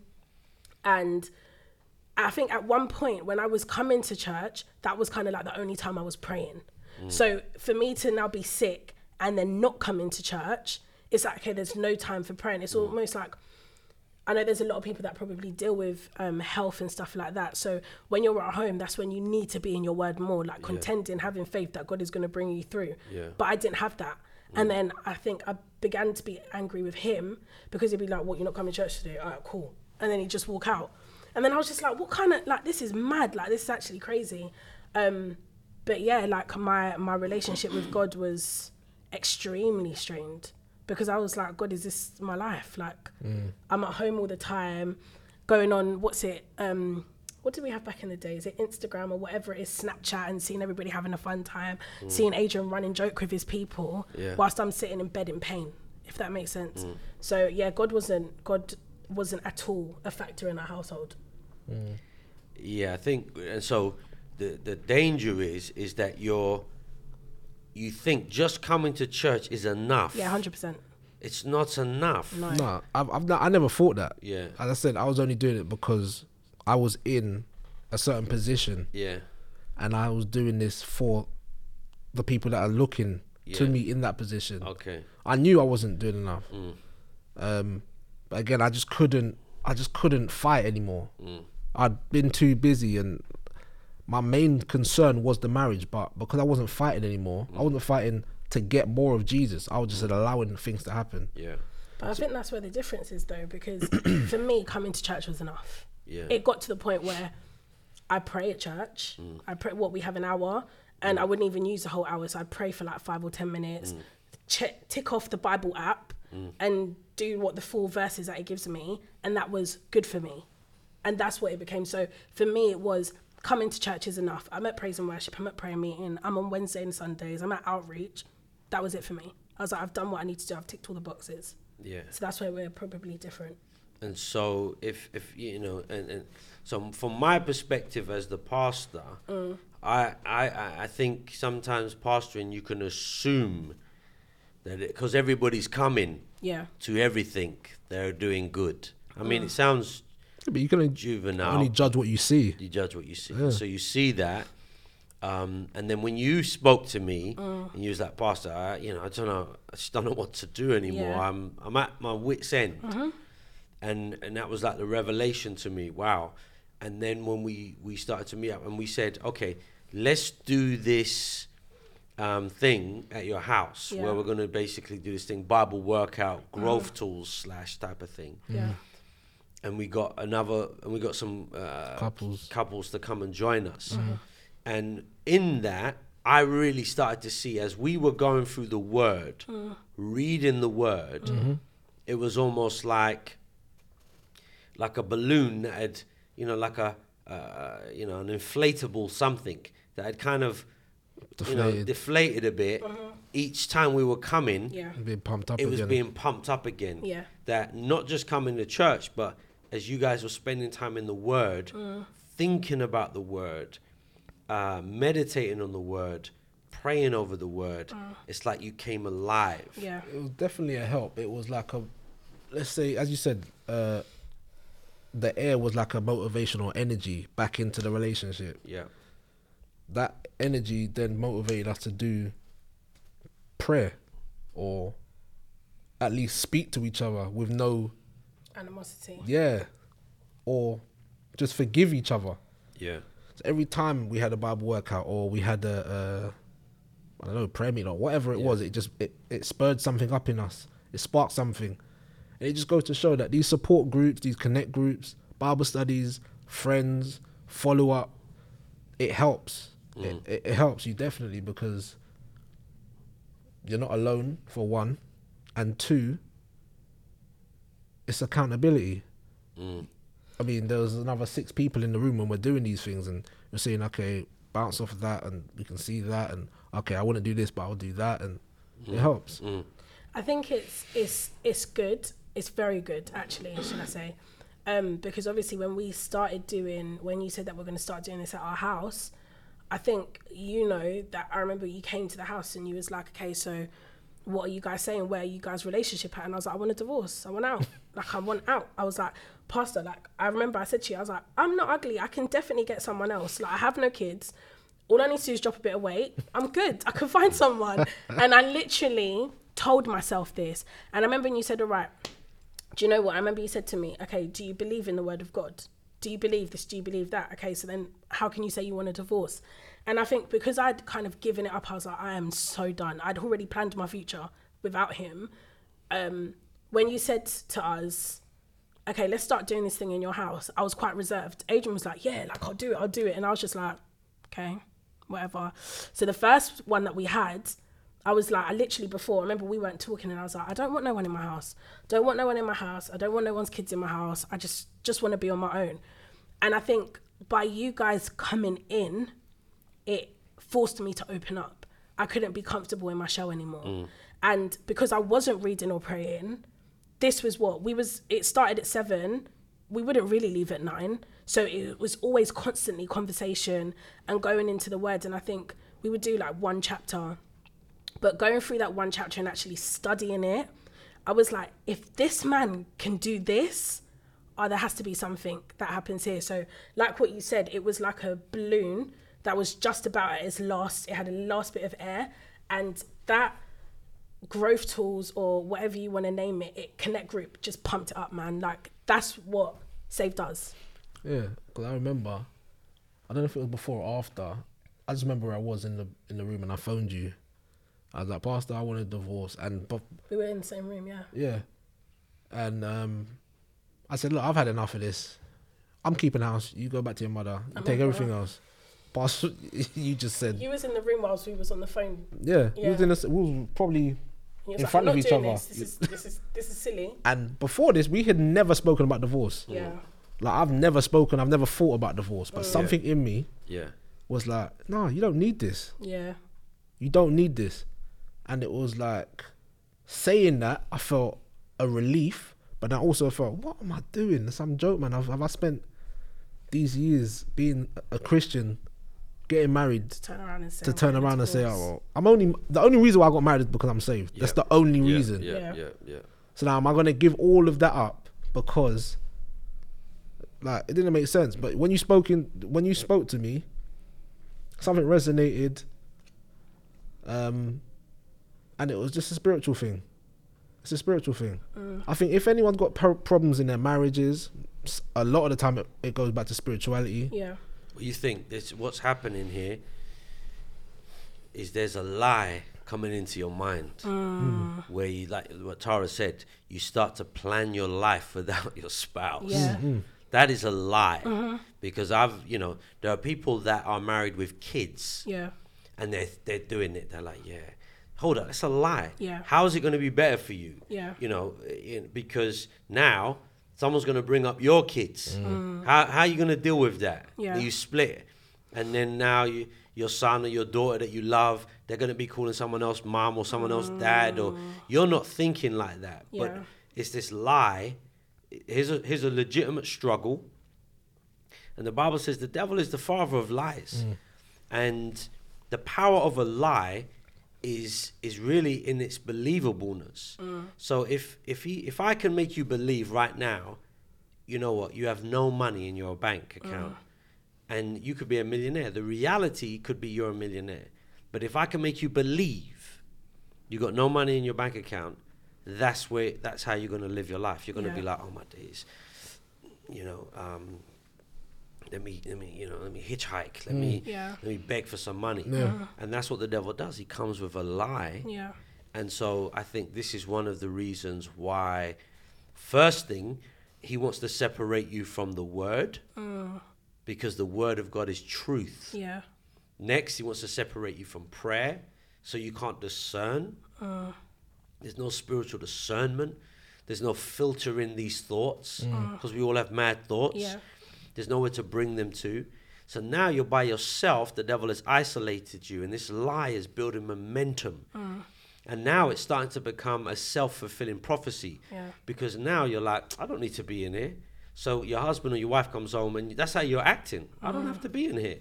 [SPEAKER 3] and i think at one point when i was coming to church that was kind of like the only time i was praying so for me to now be sick and then not come into church it's like okay there's no time for praying it's almost like I know there's a lot of people that probably deal with um, health and stuff like that. So when you're at home, that's when you need to be in your word more, like contending, having faith that God is going to bring you through.
[SPEAKER 1] Yeah.
[SPEAKER 3] But I didn't have that. And then I think I began to be angry with him because he'd be like, What, you're not coming to church today? All right, cool. and then he'd just walk out. And then I was just like, what kind of like this is mad. Like this is actually crazy. Um, but yeah, like my my relationship with God was extremely strained because I was like, God, is this my life? Like I'm at home all the time, going on what's it? Um, what did we have back in the day? Is it Instagram or whatever it is, Snapchat, and seeing everybody having a fun time, seeing Adrian running joke with his people,
[SPEAKER 1] Yeah.
[SPEAKER 3] whilst I'm sitting in bed in pain, if that makes sense. So yeah, God wasn't God wasn't at all a factor in our household.
[SPEAKER 1] Yeah, I think and so the the danger is is that you're you think just coming to church is enough.
[SPEAKER 3] Yeah, hundred percent.
[SPEAKER 1] It's not enough.
[SPEAKER 3] No.
[SPEAKER 2] Nah, I've, I've not, I never thought that.
[SPEAKER 1] Yeah.
[SPEAKER 2] As I said, I was only doing it because I was in a certain position
[SPEAKER 1] Yeah.
[SPEAKER 2] and I was doing this for the people that are looking to
[SPEAKER 1] Yeah.
[SPEAKER 2] me in that position.
[SPEAKER 1] Okay.
[SPEAKER 2] I knew I wasn't doing enough. Um, but again, I just couldn't. I just couldn't fight anymore. I'd been too busy, and my main concern was the marriage. But because I wasn't fighting anymore, I wasn't fighting to get more of Jesus. I was just allowing things to happen.
[SPEAKER 1] Yeah.
[SPEAKER 3] But I think that's where the difference is, though, because for me, coming to church was enough.
[SPEAKER 1] Yeah.
[SPEAKER 3] It got to the point where I pray at church. I pray what we have an hour, and I wouldn't even use the whole hour. So I'd pray for like five or ten minutes, check, tick off the Bible app, and do what the four verses that it gives me, and that was good for me. And that's what it became. So for me, it was coming to church is enough. I'm at praise and worship. I'm at prayer meeting. I'm on Wednesday and Sundays. I'm at outreach. That was it for me. I was like, I've done what I need to do. I've ticked all the boxes.
[SPEAKER 1] Yeah.
[SPEAKER 3] So that's where we're probably different.
[SPEAKER 1] And so if if you know and, and so from my perspective as the pastor, I, I I- I think sometimes pastoring you can assume that because everybody's coming
[SPEAKER 3] Yeah.
[SPEAKER 1] to everything, they're doing good. I mean, it sounds
[SPEAKER 2] But you can only,
[SPEAKER 1] juvenile.
[SPEAKER 2] only judge what you see.
[SPEAKER 1] you judge what you see. So you see that, um, and then when you spoke to me
[SPEAKER 3] Mm.
[SPEAKER 1] and you was like, Pastor, I, you know, I don't know, I just don't know what to do anymore.
[SPEAKER 3] Yeah. Mm-hmm.
[SPEAKER 1] I'm I'm at my wits end, and and that was like the revelation to me. Wow. And then when we we started to meet up and we said, okay, let's do this. Um, thing at your house
[SPEAKER 3] Yeah. Mm.
[SPEAKER 1] where we're going to basically do this thing Bible workout growth tools slash type of thing
[SPEAKER 3] Yeah.
[SPEAKER 1] and we got another and we got some uh,
[SPEAKER 2] Couples. Mm-hmm.
[SPEAKER 1] couples to come and join us and in that i really started to see as we were going through the word reading the word
[SPEAKER 2] Mm-hmm.
[SPEAKER 1] it was almost like like a balloon that had you know like a uh, you know an inflatable something that had kind of you know
[SPEAKER 2] Deflated.
[SPEAKER 1] deflated a bit each time we were coming
[SPEAKER 3] Yeah.
[SPEAKER 2] Being pumped up
[SPEAKER 1] it was
[SPEAKER 2] again.
[SPEAKER 1] being pumped up again.
[SPEAKER 3] Yeah.
[SPEAKER 1] That not just coming to church, but as you guys were spending time in the Word,
[SPEAKER 3] Mm.
[SPEAKER 1] thinking about the Word, uh, meditating on the Word, praying over the Word, it's like you came alive.
[SPEAKER 3] Mm. Yeah.
[SPEAKER 2] it was definitely a help. It was like a, let's say, as you said, uh, the air was like a motivational energy back into the relationship.
[SPEAKER 1] Yeah.
[SPEAKER 2] That energy then motivated us to do prayer or at least speak to each other with no,
[SPEAKER 3] Animosity.
[SPEAKER 2] yeah, or just forgive each other.
[SPEAKER 1] Yeah.
[SPEAKER 2] So every time we had a Bible workout or we had a, uh, I don't know, prayer meeting or whatever it was, it just it, it spurred something up in us. It sparked something, and it just goes to show that these support groups, these connect groups, Bible studies, friends, follow up, it helps. It, it, it helps you definitely because you're not alone for one, and two. It's accountability. I mean, there was another six people in the room when we're doing these things, and we're saying, okay, bounce off of that, and we can see that, and okay, I want to do this, but I'll do that, and it helps.
[SPEAKER 3] I think it's it's it's good. It's very good, actually, should I say? Um, because obviously, when we started doing, when you said that we're going to start doing this at our house, I think you know that I remember you came to the house and you was like, okay, so what are you guys saying? Where are you guys' relationship at? And I was like, I want a divorce. I want out. like, I want out. I was like, Pastor, like, I remember I said to you, I was like, I'm not ugly. I can definitely get someone else. Like, I have no kids. all I need to do is drop a bit of weight. I'm good. I can find someone. and I literally told myself this. And I remember when you said, all right, do you know what? I remember you said to me, okay, do you believe in the word of God? Do you believe this? Do you believe that? Okay, so then how can you say you want a divorce? And I think because I'd kind of given it up, I was like, I am so done. I'd already planned my future without him. Um, when you said to us, okay, let's start doing this thing in your house. I was quite reserved. Adrian was like, yeah, like I'll do it, I'll do it. And I was just like, okay, whatever. So the first one that we had, I was like, I literally before, I remember we weren't talking and I was like, I don't want no one in my house. Don't want no one in my house. I don't want no one's kids in my house. I just just want to be on my own. And I think by you guys coming in, it forced me to open up. I couldn't be comfortable in my shell anymore. And because I wasn't reading or praying, this was what we was it started at seven we wouldn't really leave at nine so it was always constantly conversation and going into the word and i think we would do like one chapter but going through that one chapter and actually studying it i was like if this man can do this oh there has to be something that happens here so like what you said it was like a balloon that was just about at its last it had a last bit of air and that growth tools or whatever you want to name it, it Connect Group just pumped it up, man. Like that's what Save does.
[SPEAKER 2] Yeah, because I remember, I don't know if it was before or after. I just remember I was in the in the room and I phoned you. I was like, Pastor, I want a divorce, and but
[SPEAKER 3] We were in the same room, yeah.
[SPEAKER 2] yeah, and um, I said, look, I've had enough of this. I'm keeping house. You go back to your mother. You take everything else. Pastor, *laughs* you just said,
[SPEAKER 3] You was in the room whilst we was on the phone.
[SPEAKER 2] yeah, We, was
[SPEAKER 3] Yeah.
[SPEAKER 2] in a, we was probably
[SPEAKER 3] You was
[SPEAKER 2] in
[SPEAKER 3] like,
[SPEAKER 2] front
[SPEAKER 3] I'm
[SPEAKER 2] of
[SPEAKER 3] not
[SPEAKER 2] each
[SPEAKER 3] doing
[SPEAKER 2] other.
[SPEAKER 3] This. This, is, this is this is silly.
[SPEAKER 2] And before this, we had never spoken about divorce.
[SPEAKER 3] Yeah. Mm.
[SPEAKER 2] Like I've never spoken, I've never thought about divorce, but something in me
[SPEAKER 1] Yeah.
[SPEAKER 2] was like, "No, you don't need this.
[SPEAKER 3] Yeah.
[SPEAKER 2] You don't need this." And it was like saying that I felt a relief, but I also felt, "What am I doing? Some joke, man. Have, have I spent these years being a Christian, getting married
[SPEAKER 3] Turn around and say
[SPEAKER 2] to
[SPEAKER 3] I'm
[SPEAKER 2] turn
[SPEAKER 3] ready
[SPEAKER 2] around and say,
[SPEAKER 3] divorce.
[SPEAKER 2] oh, well, I'm only the only reason why I got married is because I'm saved. That's
[SPEAKER 1] Yeah.
[SPEAKER 2] the only
[SPEAKER 1] Yeah,
[SPEAKER 2] reason."
[SPEAKER 1] Yeah. Yeah.
[SPEAKER 3] Yeah.
[SPEAKER 1] Yeah. Yeah.
[SPEAKER 2] So now am I gonna give all of that up because like it didn't make sense. But when you spoke in when you spoke to me, something resonated. Um and it was just a spiritual thing. It's a spiritual thing. I think if anyone's got pro- problems in their marriages, s- a lot of the time it, it goes back to spirituality.
[SPEAKER 3] Yeah.
[SPEAKER 1] What you think this what's happening here is there's a lie coming into your mind Hmm. where you like what Tara said, you start to plan your life *laughs* without your spouse.
[SPEAKER 3] Yeah.
[SPEAKER 1] That is a lie. Because I've you know, there are people that are married with kids
[SPEAKER 3] Yeah.
[SPEAKER 1] and they're they're doing it. They're like, yeah, hold up, that's a lie.
[SPEAKER 3] Yeah.
[SPEAKER 1] How is it going to be better for you?
[SPEAKER 3] Yeah.
[SPEAKER 1] You know, in- because now someone's going to bring up your kids. How how are you going to deal with that?
[SPEAKER 3] Mm. Yeah.
[SPEAKER 1] You split, and then now you. Your son or your daughter that you love, they're gonna be calling someone else mom or someone else dad, or
[SPEAKER 3] Mm.
[SPEAKER 1] you're not thinking like that. But
[SPEAKER 3] Yeah.
[SPEAKER 1] it's this lie. Here's a here's a legitimate struggle. And the Bible says the devil is the father of lies. And the power of a lie is is really in its believableness. So if if he if I can make you believe right now, you know what, you have no money in your bank account and you could be a millionaire. The reality could be you're a millionaire. But if I can make you believe you got no money in your bank account, that's where that's how you're gonna live your life. You're gonna
[SPEAKER 3] Yeah.
[SPEAKER 1] be like, Oh my days, you know, um, let me let me you know let me hitchhike let me
[SPEAKER 3] Hmm. Yeah. Uh-huh.
[SPEAKER 1] let me beg for some money and that's what the devil does he comes with a lie
[SPEAKER 3] Yeah.
[SPEAKER 1] and so i think this is one of the reasons why first thing he wants to separate you from the word because the word of god is truth
[SPEAKER 3] Yeah.
[SPEAKER 1] Next, he wants to separate you from prayer so you can't discern. There's no spiritual discernment. There's no filtering these thoughts because we all have mad thoughts.
[SPEAKER 3] Yeah.
[SPEAKER 1] There's nowhere to bring them to. So now you're by yourself. The devil has isolated you, and this lie is building momentum. And now it's starting to become a self fulfilling prophecy
[SPEAKER 3] Yeah.
[SPEAKER 1] because now you're like, I don't need to be in here. So your husband or your wife comes home, and that's how you're acting. I don't have to be in here.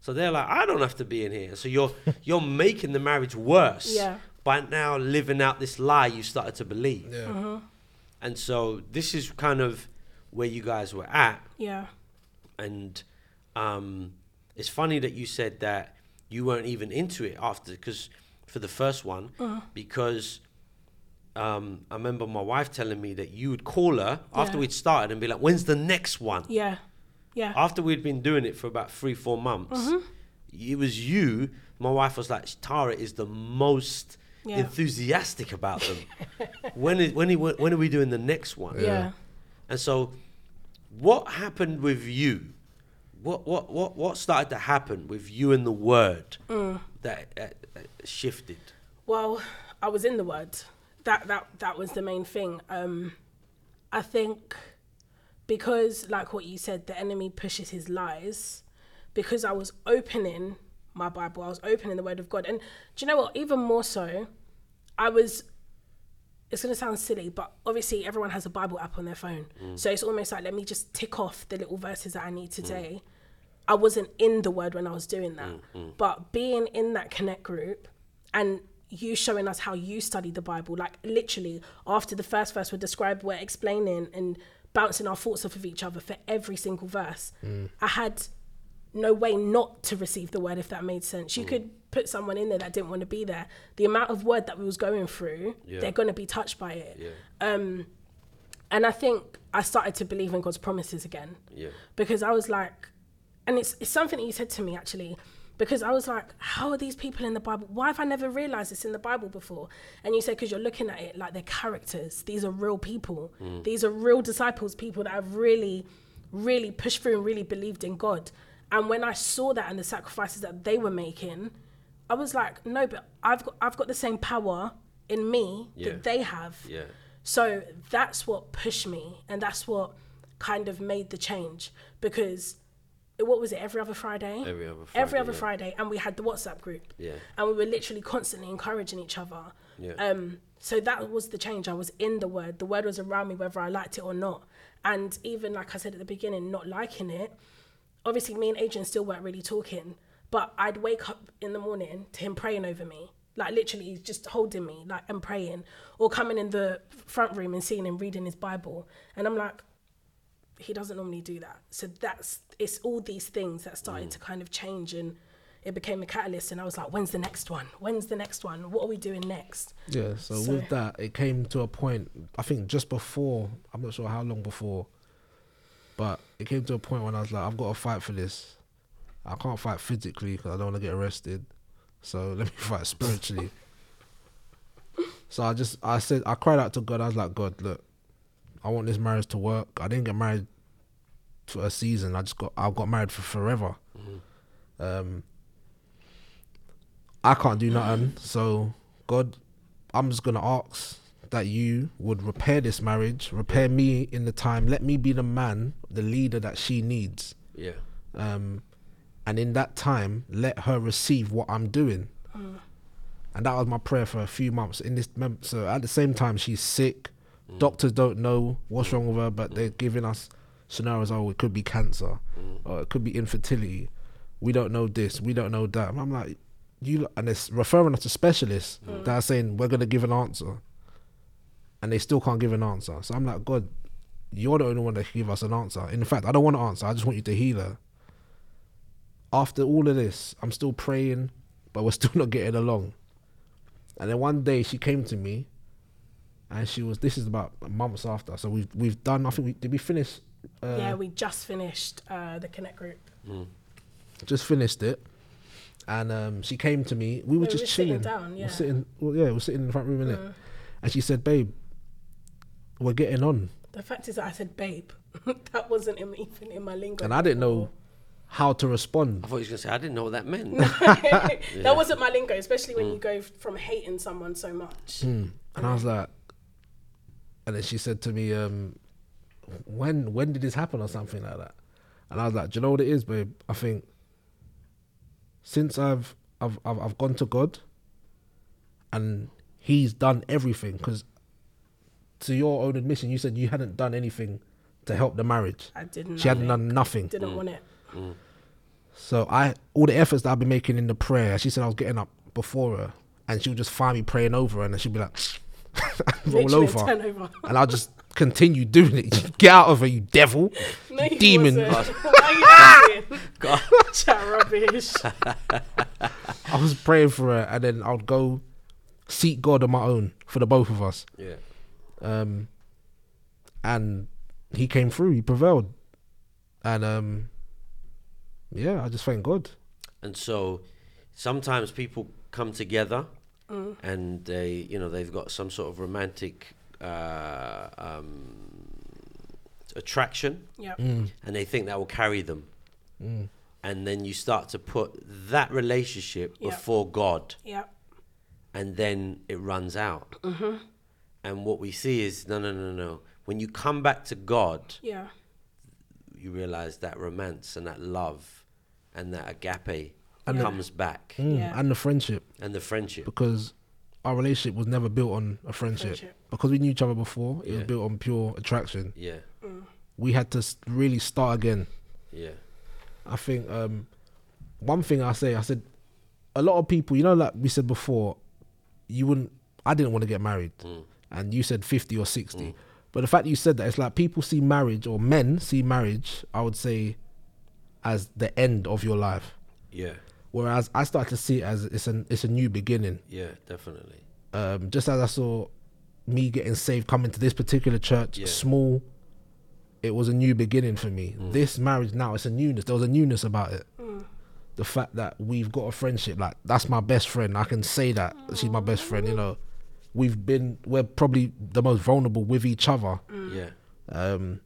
[SPEAKER 1] So they're like, I don't have to be in here. So you're *laughs* you're making the marriage worse
[SPEAKER 3] Yeah.
[SPEAKER 1] by now living out this lie you started to believe.
[SPEAKER 2] Yeah.
[SPEAKER 3] Uh-huh.
[SPEAKER 1] And so this is kind of where you guys were at
[SPEAKER 3] Yeah.
[SPEAKER 1] and um, it's funny that you said that you weren't even into it after because for the first one because um, I remember my wife telling me that you would call her after
[SPEAKER 3] Yeah.
[SPEAKER 1] we'd started and be like, "When's the next one?"
[SPEAKER 3] Yeah. Yeah.
[SPEAKER 1] After we'd been doing it for about three, four months,
[SPEAKER 3] Mm-hmm.
[SPEAKER 1] it was you. My wife was like, "Tara is the most
[SPEAKER 3] Yeah. *laughs*
[SPEAKER 1] enthusiastic about them. when is when, he, when are we doing the next one?"
[SPEAKER 3] Yeah.
[SPEAKER 1] And so, what happened with you? What what what what started to happen with you and the word
[SPEAKER 3] Mm.
[SPEAKER 1] that uh, uh, shifted?
[SPEAKER 3] Well, I was in the word. That that that was the main thing. Um, I think because, like what you said, the enemy pushes his lies. Because I was opening my Bible, I was opening the Word of God, and do you know what? Even more so, I was. It's gonna sound silly, but obviously everyone has a Bible app on their phone, so it's almost like let me just tick off the little verses that I need today. I wasn't in the word when I was doing that. But being in that connect group and you showing us how you study the Bible, like literally after the first verse we're described, we're explaining and bouncing our thoughts off of each other for every single verse. I had no way not to receive the word if that made sense. You
[SPEAKER 1] Mm.
[SPEAKER 3] could put someone in there that didn't want to be there. The amount of word that we was going through,
[SPEAKER 1] Yeah.
[SPEAKER 3] they're gonna be touched by it.
[SPEAKER 1] Yeah,
[SPEAKER 3] And I think I started to believe in God's promises again
[SPEAKER 1] yeah,
[SPEAKER 3] because I was like, and it's, it's something that you said to me actually, because I was like, how are these people in the Bible? Why have I never realized it's in the Bible before? And you said, because you're looking at it like they're characters. These are real people.
[SPEAKER 1] Mm.
[SPEAKER 3] These are real disciples, people that have really, really pushed through and really believed in God. And when I saw that and the sacrifices that they were making, I was like, no, but I've got, I've got the same power in me
[SPEAKER 1] Yeah.
[SPEAKER 3] that they have.
[SPEAKER 1] yeah.
[SPEAKER 3] So that's what pushed me, and that's what kind of made the change because what was it every other Friday?
[SPEAKER 1] Every other
[SPEAKER 3] Every
[SPEAKER 1] Friday,
[SPEAKER 3] other
[SPEAKER 1] yeah.
[SPEAKER 3] Friday, and we had the WhatsApp group.
[SPEAKER 1] Yeah.
[SPEAKER 3] And we were literally constantly encouraging each other.
[SPEAKER 1] Yeah.
[SPEAKER 3] Um, so that was the change. I was in the word. The word was around me, whether I liked it or not. And even like I said at the beginning, not liking it, obviously me and Adrian still weren't really talking, but I'd wake up in the morning to him praying over me. Like literally just holding me, like and praying, or coming in the front room and seeing him reading his Bible. And I'm like, he doesn't normally do that. So that's it's all these things that
[SPEAKER 2] Mm.
[SPEAKER 3] started to kind of change and it became a catalyst and I was like, when's the next one? When's the next one? What are we doing next?
[SPEAKER 2] Yeah, so,
[SPEAKER 3] So-
[SPEAKER 2] with that, it came to a point, I think just before, I'm not sure how long before, but it came to a point when I was like, I've got to fight for this. I can't fight physically because I don't want to get arrested. So *laughs* let me fight spiritually. so I just, I said, I cried out to God. I was like, God, look, I want this marriage to work. I didn't get married for a season. I just got, I got married for forever. Um, I can't do nothing. So, God, I'm just going to ask that you would repair this marriage, repair me in the time. Let me be the man, the leader that she needs.
[SPEAKER 1] Yeah,
[SPEAKER 2] Um, and in that time, let her receive what I'm doing. And that was my prayer for a few months. In this, mem- so at the same time, she's sick. Doctors don't know what's wrong with her, but they're giving us scenarios. Oh, it could be cancer, or it could be infertility. We don't know this. We don't know that. And I'm like, you, lo- and it's referring us to specialists that are saying we're gonna give an answer, and they still can't give an answer. So I'm like, God, you're the only one that can give us an answer. In fact, I don't want an answer. I just want you to heal her after all of this, I'm still praying, but we're still *laughs* not getting along. And then one day she came to me, and she was. This is about months after. So we've we've done. I think we did we finish. Uh,
[SPEAKER 3] yeah, we just finished uh, the Connect group.
[SPEAKER 2] just finished it, and um, she came to me. We were
[SPEAKER 3] We
[SPEAKER 2] just
[SPEAKER 3] were
[SPEAKER 2] chilling.
[SPEAKER 3] sitting down, yeah. Mm.
[SPEAKER 2] We're sitting. Well, yeah, we're sitting in the front room in it, and she said, "Babe, we're getting on."
[SPEAKER 3] The fact is that I said babe. *laughs* that wasn't in, even in my lingo.
[SPEAKER 2] And I didn't know how to respond.
[SPEAKER 1] I thought you was gonna say I didn't know what that
[SPEAKER 3] *laughs*
[SPEAKER 1] meant. *laughs*
[SPEAKER 2] *laughs*
[SPEAKER 3] That wasn't my lingo, especially
[SPEAKER 2] Mm.
[SPEAKER 3] when you go from hating someone so much.
[SPEAKER 2] And I was like, and then she said to me, um, when when did this happen or something like that? And I was like, do you know what it is, babe? I think since I've I've I've, I've gone to God, and He's done everything. Because to your own admission, you said you hadn't done anything to help the marriage.
[SPEAKER 3] I didn't.
[SPEAKER 2] She Mm. hadn't
[SPEAKER 3] want
[SPEAKER 2] done nothing.
[SPEAKER 3] it. Didn't want it.
[SPEAKER 2] So I all the efforts that I've been making in the prayer, she said I was getting up before her, and she would just find me praying over her, and then she'd be like, *laughs* roll
[SPEAKER 3] Literally
[SPEAKER 2] over,
[SPEAKER 3] turn over.
[SPEAKER 2] and I'll just continue doing it. Get out of her, you devil,
[SPEAKER 3] *laughs* No,
[SPEAKER 2] you
[SPEAKER 3] you
[SPEAKER 2] demon.
[SPEAKER 1] God.
[SPEAKER 3] Wasn't. *laughs* Why are you
[SPEAKER 2] *laughs*
[SPEAKER 3] joking?
[SPEAKER 1] God.
[SPEAKER 3] Chat rubbish.
[SPEAKER 2] I was praying for her, and then I'd go seek God on my own for the both of us,
[SPEAKER 1] Yeah,
[SPEAKER 2] um, and He came through. He prevailed, and um, yeah, I just thank God.
[SPEAKER 1] and so sometimes people come together and they, you know, they've got some sort of romantic uh, um, attraction
[SPEAKER 3] Yeah.
[SPEAKER 2] Mm.
[SPEAKER 1] and they think that will carry them.
[SPEAKER 3] Mm.
[SPEAKER 1] And then you start to put that relationship
[SPEAKER 3] Yeah.
[SPEAKER 1] before God
[SPEAKER 3] Yeah.
[SPEAKER 1] and then it runs out. And what we see is no, no, no, no. When you come back to God,
[SPEAKER 3] Yeah.
[SPEAKER 1] you realize that romance and that love and that agape
[SPEAKER 3] And the-
[SPEAKER 1] comes back
[SPEAKER 2] Mm,
[SPEAKER 3] Yeah.
[SPEAKER 2] and the friendship
[SPEAKER 1] and the friendship.
[SPEAKER 2] because our relationship was never built on a friendship.
[SPEAKER 3] Friendship.
[SPEAKER 2] Because we knew each other before, it was
[SPEAKER 1] Yeah.
[SPEAKER 2] built on pure attraction.
[SPEAKER 1] Yeah,
[SPEAKER 3] Mm.
[SPEAKER 2] We had to s- really start again.
[SPEAKER 1] yeah,
[SPEAKER 2] I think um, one thing I say, I said, a lot of people, you know, like we said before, you wouldn't. I didn't want to get married,
[SPEAKER 1] Mm.
[SPEAKER 2] and you said fifty or sixty. But the fact that you said that, it's like people see marriage or men see marriage. I would say, as the end of your life,
[SPEAKER 1] yeah,
[SPEAKER 2] whereas I start to see it as it's an it's a new beginning.
[SPEAKER 1] yeah, definitely.
[SPEAKER 2] um, just as I saw me getting saved coming to this particular church,
[SPEAKER 1] Yeah.
[SPEAKER 2] small, it was a new beginning for me. This marriage now, it's a newness. There was a newness about it. The fact that we've got a friendship, like that's my best friend. I can say that she's my best friend. You know, we've been we're probably the most vulnerable with each other.
[SPEAKER 3] Mm.
[SPEAKER 1] Yeah,
[SPEAKER 2] Um,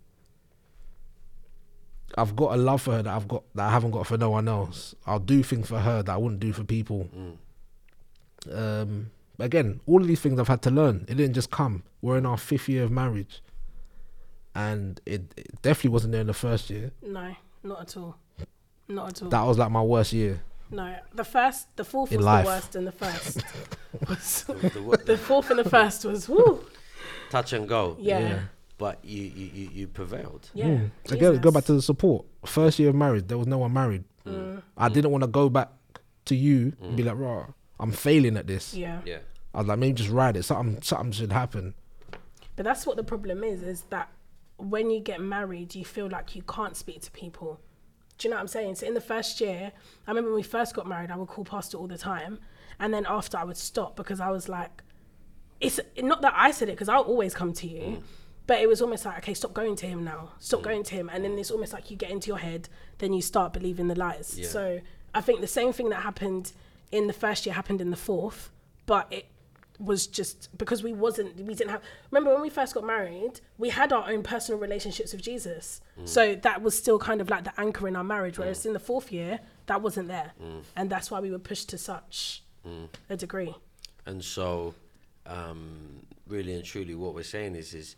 [SPEAKER 2] I've got a love for her that I've got that I haven't got for no one else. I'll do things for her that I wouldn't do for people. Um, but again, all of these things I've had to learn. It didn't just come. We're in our fifth year of marriage, and it, it definitely wasn't there in the first year.
[SPEAKER 3] No, not at all. Not at all.
[SPEAKER 2] That was like my worst year.
[SPEAKER 3] no. The first, the fourth
[SPEAKER 2] In
[SPEAKER 3] was
[SPEAKER 2] life.
[SPEAKER 3] the worst and
[SPEAKER 2] *laughs*
[SPEAKER 3] the first. *laughs* was,
[SPEAKER 1] the, the, wo-
[SPEAKER 3] *laughs* the fourth and the first was, woo.
[SPEAKER 1] touch and go.
[SPEAKER 3] Yeah. Yeah.
[SPEAKER 2] Yeah.
[SPEAKER 1] but you you you, you prevailed.
[SPEAKER 3] Yeah.
[SPEAKER 2] Mm. Again, go
[SPEAKER 3] Jesus. Mm.
[SPEAKER 2] back to the support. First year of marriage, there was no one married. Mm. I didn't want to go back to you and be like, "Raw, I'm failing at this."
[SPEAKER 3] Yeah.
[SPEAKER 1] Yeah,
[SPEAKER 2] I was like, maybe just ride it. Something, something should happen.
[SPEAKER 3] But that's what the problem is, is that when you get married, you feel like you can't speak to people. Do you know what I'm saying? So in the first year, I remember when we first got married, I would call Pastor all the time. And then after I would stop because I was like, it's not that I said it because I'll always come to you. But it was almost like, okay, stop going to him now. Stop going to him. And then it's almost like you get into your head, then you start believing the lies.
[SPEAKER 1] Yeah.
[SPEAKER 3] So I think the same thing that happened in the first year happened in the fourth, but it was just because we wasn't we didn't have remember when we first got married, we had our own personal relationships with Jesus. So that was still kind of like the anchor in our marriage, whereas in the fourth year, that wasn't there. And that's why we were pushed to such a degree.
[SPEAKER 1] and so um, really and truly, what we're saying is is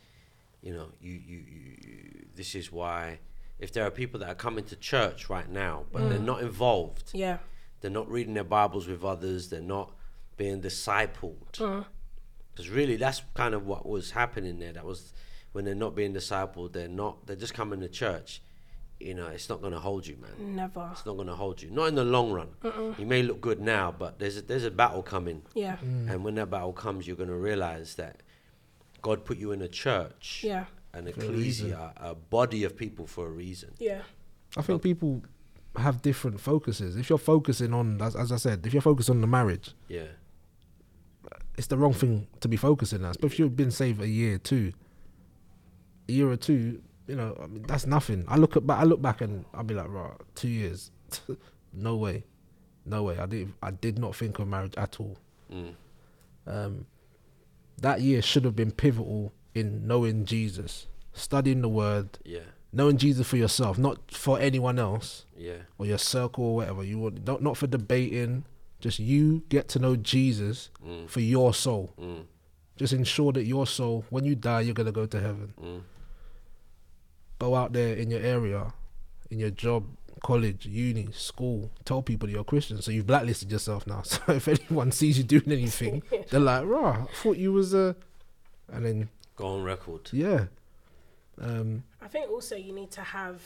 [SPEAKER 1] you know you you, you you- this is why if there are people that are coming to church right now but
[SPEAKER 3] Mm.
[SPEAKER 1] they're not involved
[SPEAKER 3] Yeah.
[SPEAKER 1] They're not reading their Bibles with others. They're not being discipled.
[SPEAKER 3] Uh-huh.
[SPEAKER 1] Because really, that's kind of what was happening there. That was when they're not being discipled. They're not. They're just coming to church. You know, it's not going to hold you, man.
[SPEAKER 3] Never.
[SPEAKER 1] It's not going to hold you. Not in the long run.
[SPEAKER 3] Uh-uh.
[SPEAKER 1] You may look good now, but there's a, there's a battle coming.
[SPEAKER 3] Yeah.
[SPEAKER 2] Mm.
[SPEAKER 1] And when that battle comes, you're going to realize that God put you in a church,
[SPEAKER 3] Yeah.
[SPEAKER 1] an
[SPEAKER 2] a reason.
[SPEAKER 1] ecclesia, a body of people for a reason.
[SPEAKER 3] Yeah.
[SPEAKER 2] I think people have different focuses. If you're focusing on, as, as I said, if you're focused on the marriage,
[SPEAKER 1] Yeah,
[SPEAKER 2] it's the wrong thing to be focusing on. But if you've been saved a year, two, a year or two, you know, I mean, that's nothing. I look at back, I look back, and I'll be like, right, two years, *laughs* no way, no way. I did, I did not think of marriage at all. Um, that year should have been pivotal in knowing Jesus, studying the Word,
[SPEAKER 1] yeah,
[SPEAKER 2] knowing Jesus for yourself, not for anyone else
[SPEAKER 1] yeah,
[SPEAKER 2] or your circle or whatever. You want not not for debating. Just you get to know Jesus for your soul. Just ensure that your soul, when you die, you're gonna go to heaven. Go out there in your area, in your job, college, uni, school. Tell people that you're Christian. So you've blacklisted yourself now. *laughs* So if anyone sees you doing anything, they're like, "Rah, I thought you was a," and then
[SPEAKER 1] go on record.
[SPEAKER 2] yeah, um,
[SPEAKER 3] I think also you need to have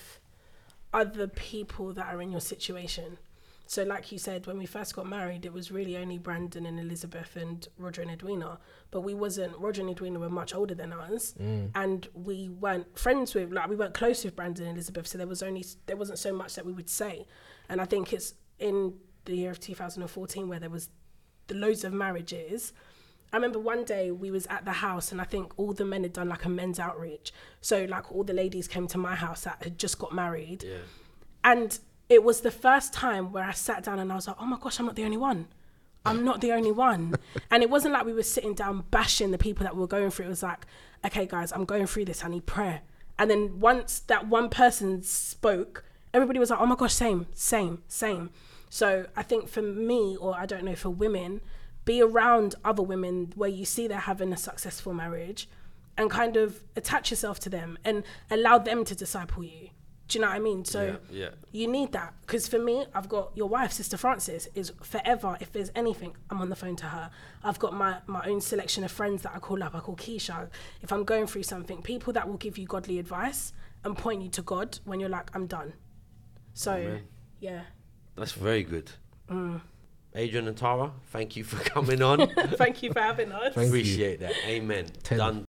[SPEAKER 3] other people that are in your situation. So, like you said, when we first got married, it was really only Brandon and Elizabeth and Roger and Edwina. But we wasn't. Roger and Edwina were much older than us, and we weren't friends with. Like we weren't close with Brandon and Elizabeth, so there was only there wasn't so much that we would say. And I think it's in the year of 2014 where there was the loads of marriages. I remember one day we was at the house and I think all the men had done like a men's outreach. So like all the ladies came to my house that had just got married.
[SPEAKER 1] Yeah,
[SPEAKER 3] And it was the first time where I sat down and I was like, oh my gosh, I'm not the only one. I'm not the only one. and it wasn't like we were sitting down bashing the people that we were going through. It was like, okay, guys, I'm going through this. I need prayer. And then once that one person spoke, everybody was like, oh my gosh, same, same, same. So I think for me, or I don't know, for women, be around other women where you see they're having a successful marriage and kind of attach yourself to them and allow them to disciple you. Do you know what I mean? So
[SPEAKER 1] Yeah, yeah.
[SPEAKER 3] you need that because for me, I've got your wife, Sister Frances, is forever. If there's anything, I'm on the phone to her. I've got my my own selection of friends that I call up. I call Keisha. If I'm going through something, people that will give you godly advice and point you to God when you're like, I'm done. So yeah, *laughs*
[SPEAKER 1] That's very good.
[SPEAKER 2] Mm.
[SPEAKER 1] Adrian and Tara, thank you for *laughs* coming on.
[SPEAKER 2] *laughs*
[SPEAKER 3] thank you for having us.
[SPEAKER 2] Thank you.
[SPEAKER 1] Appreciate that. Amen.
[SPEAKER 2] Ten.
[SPEAKER 1] Done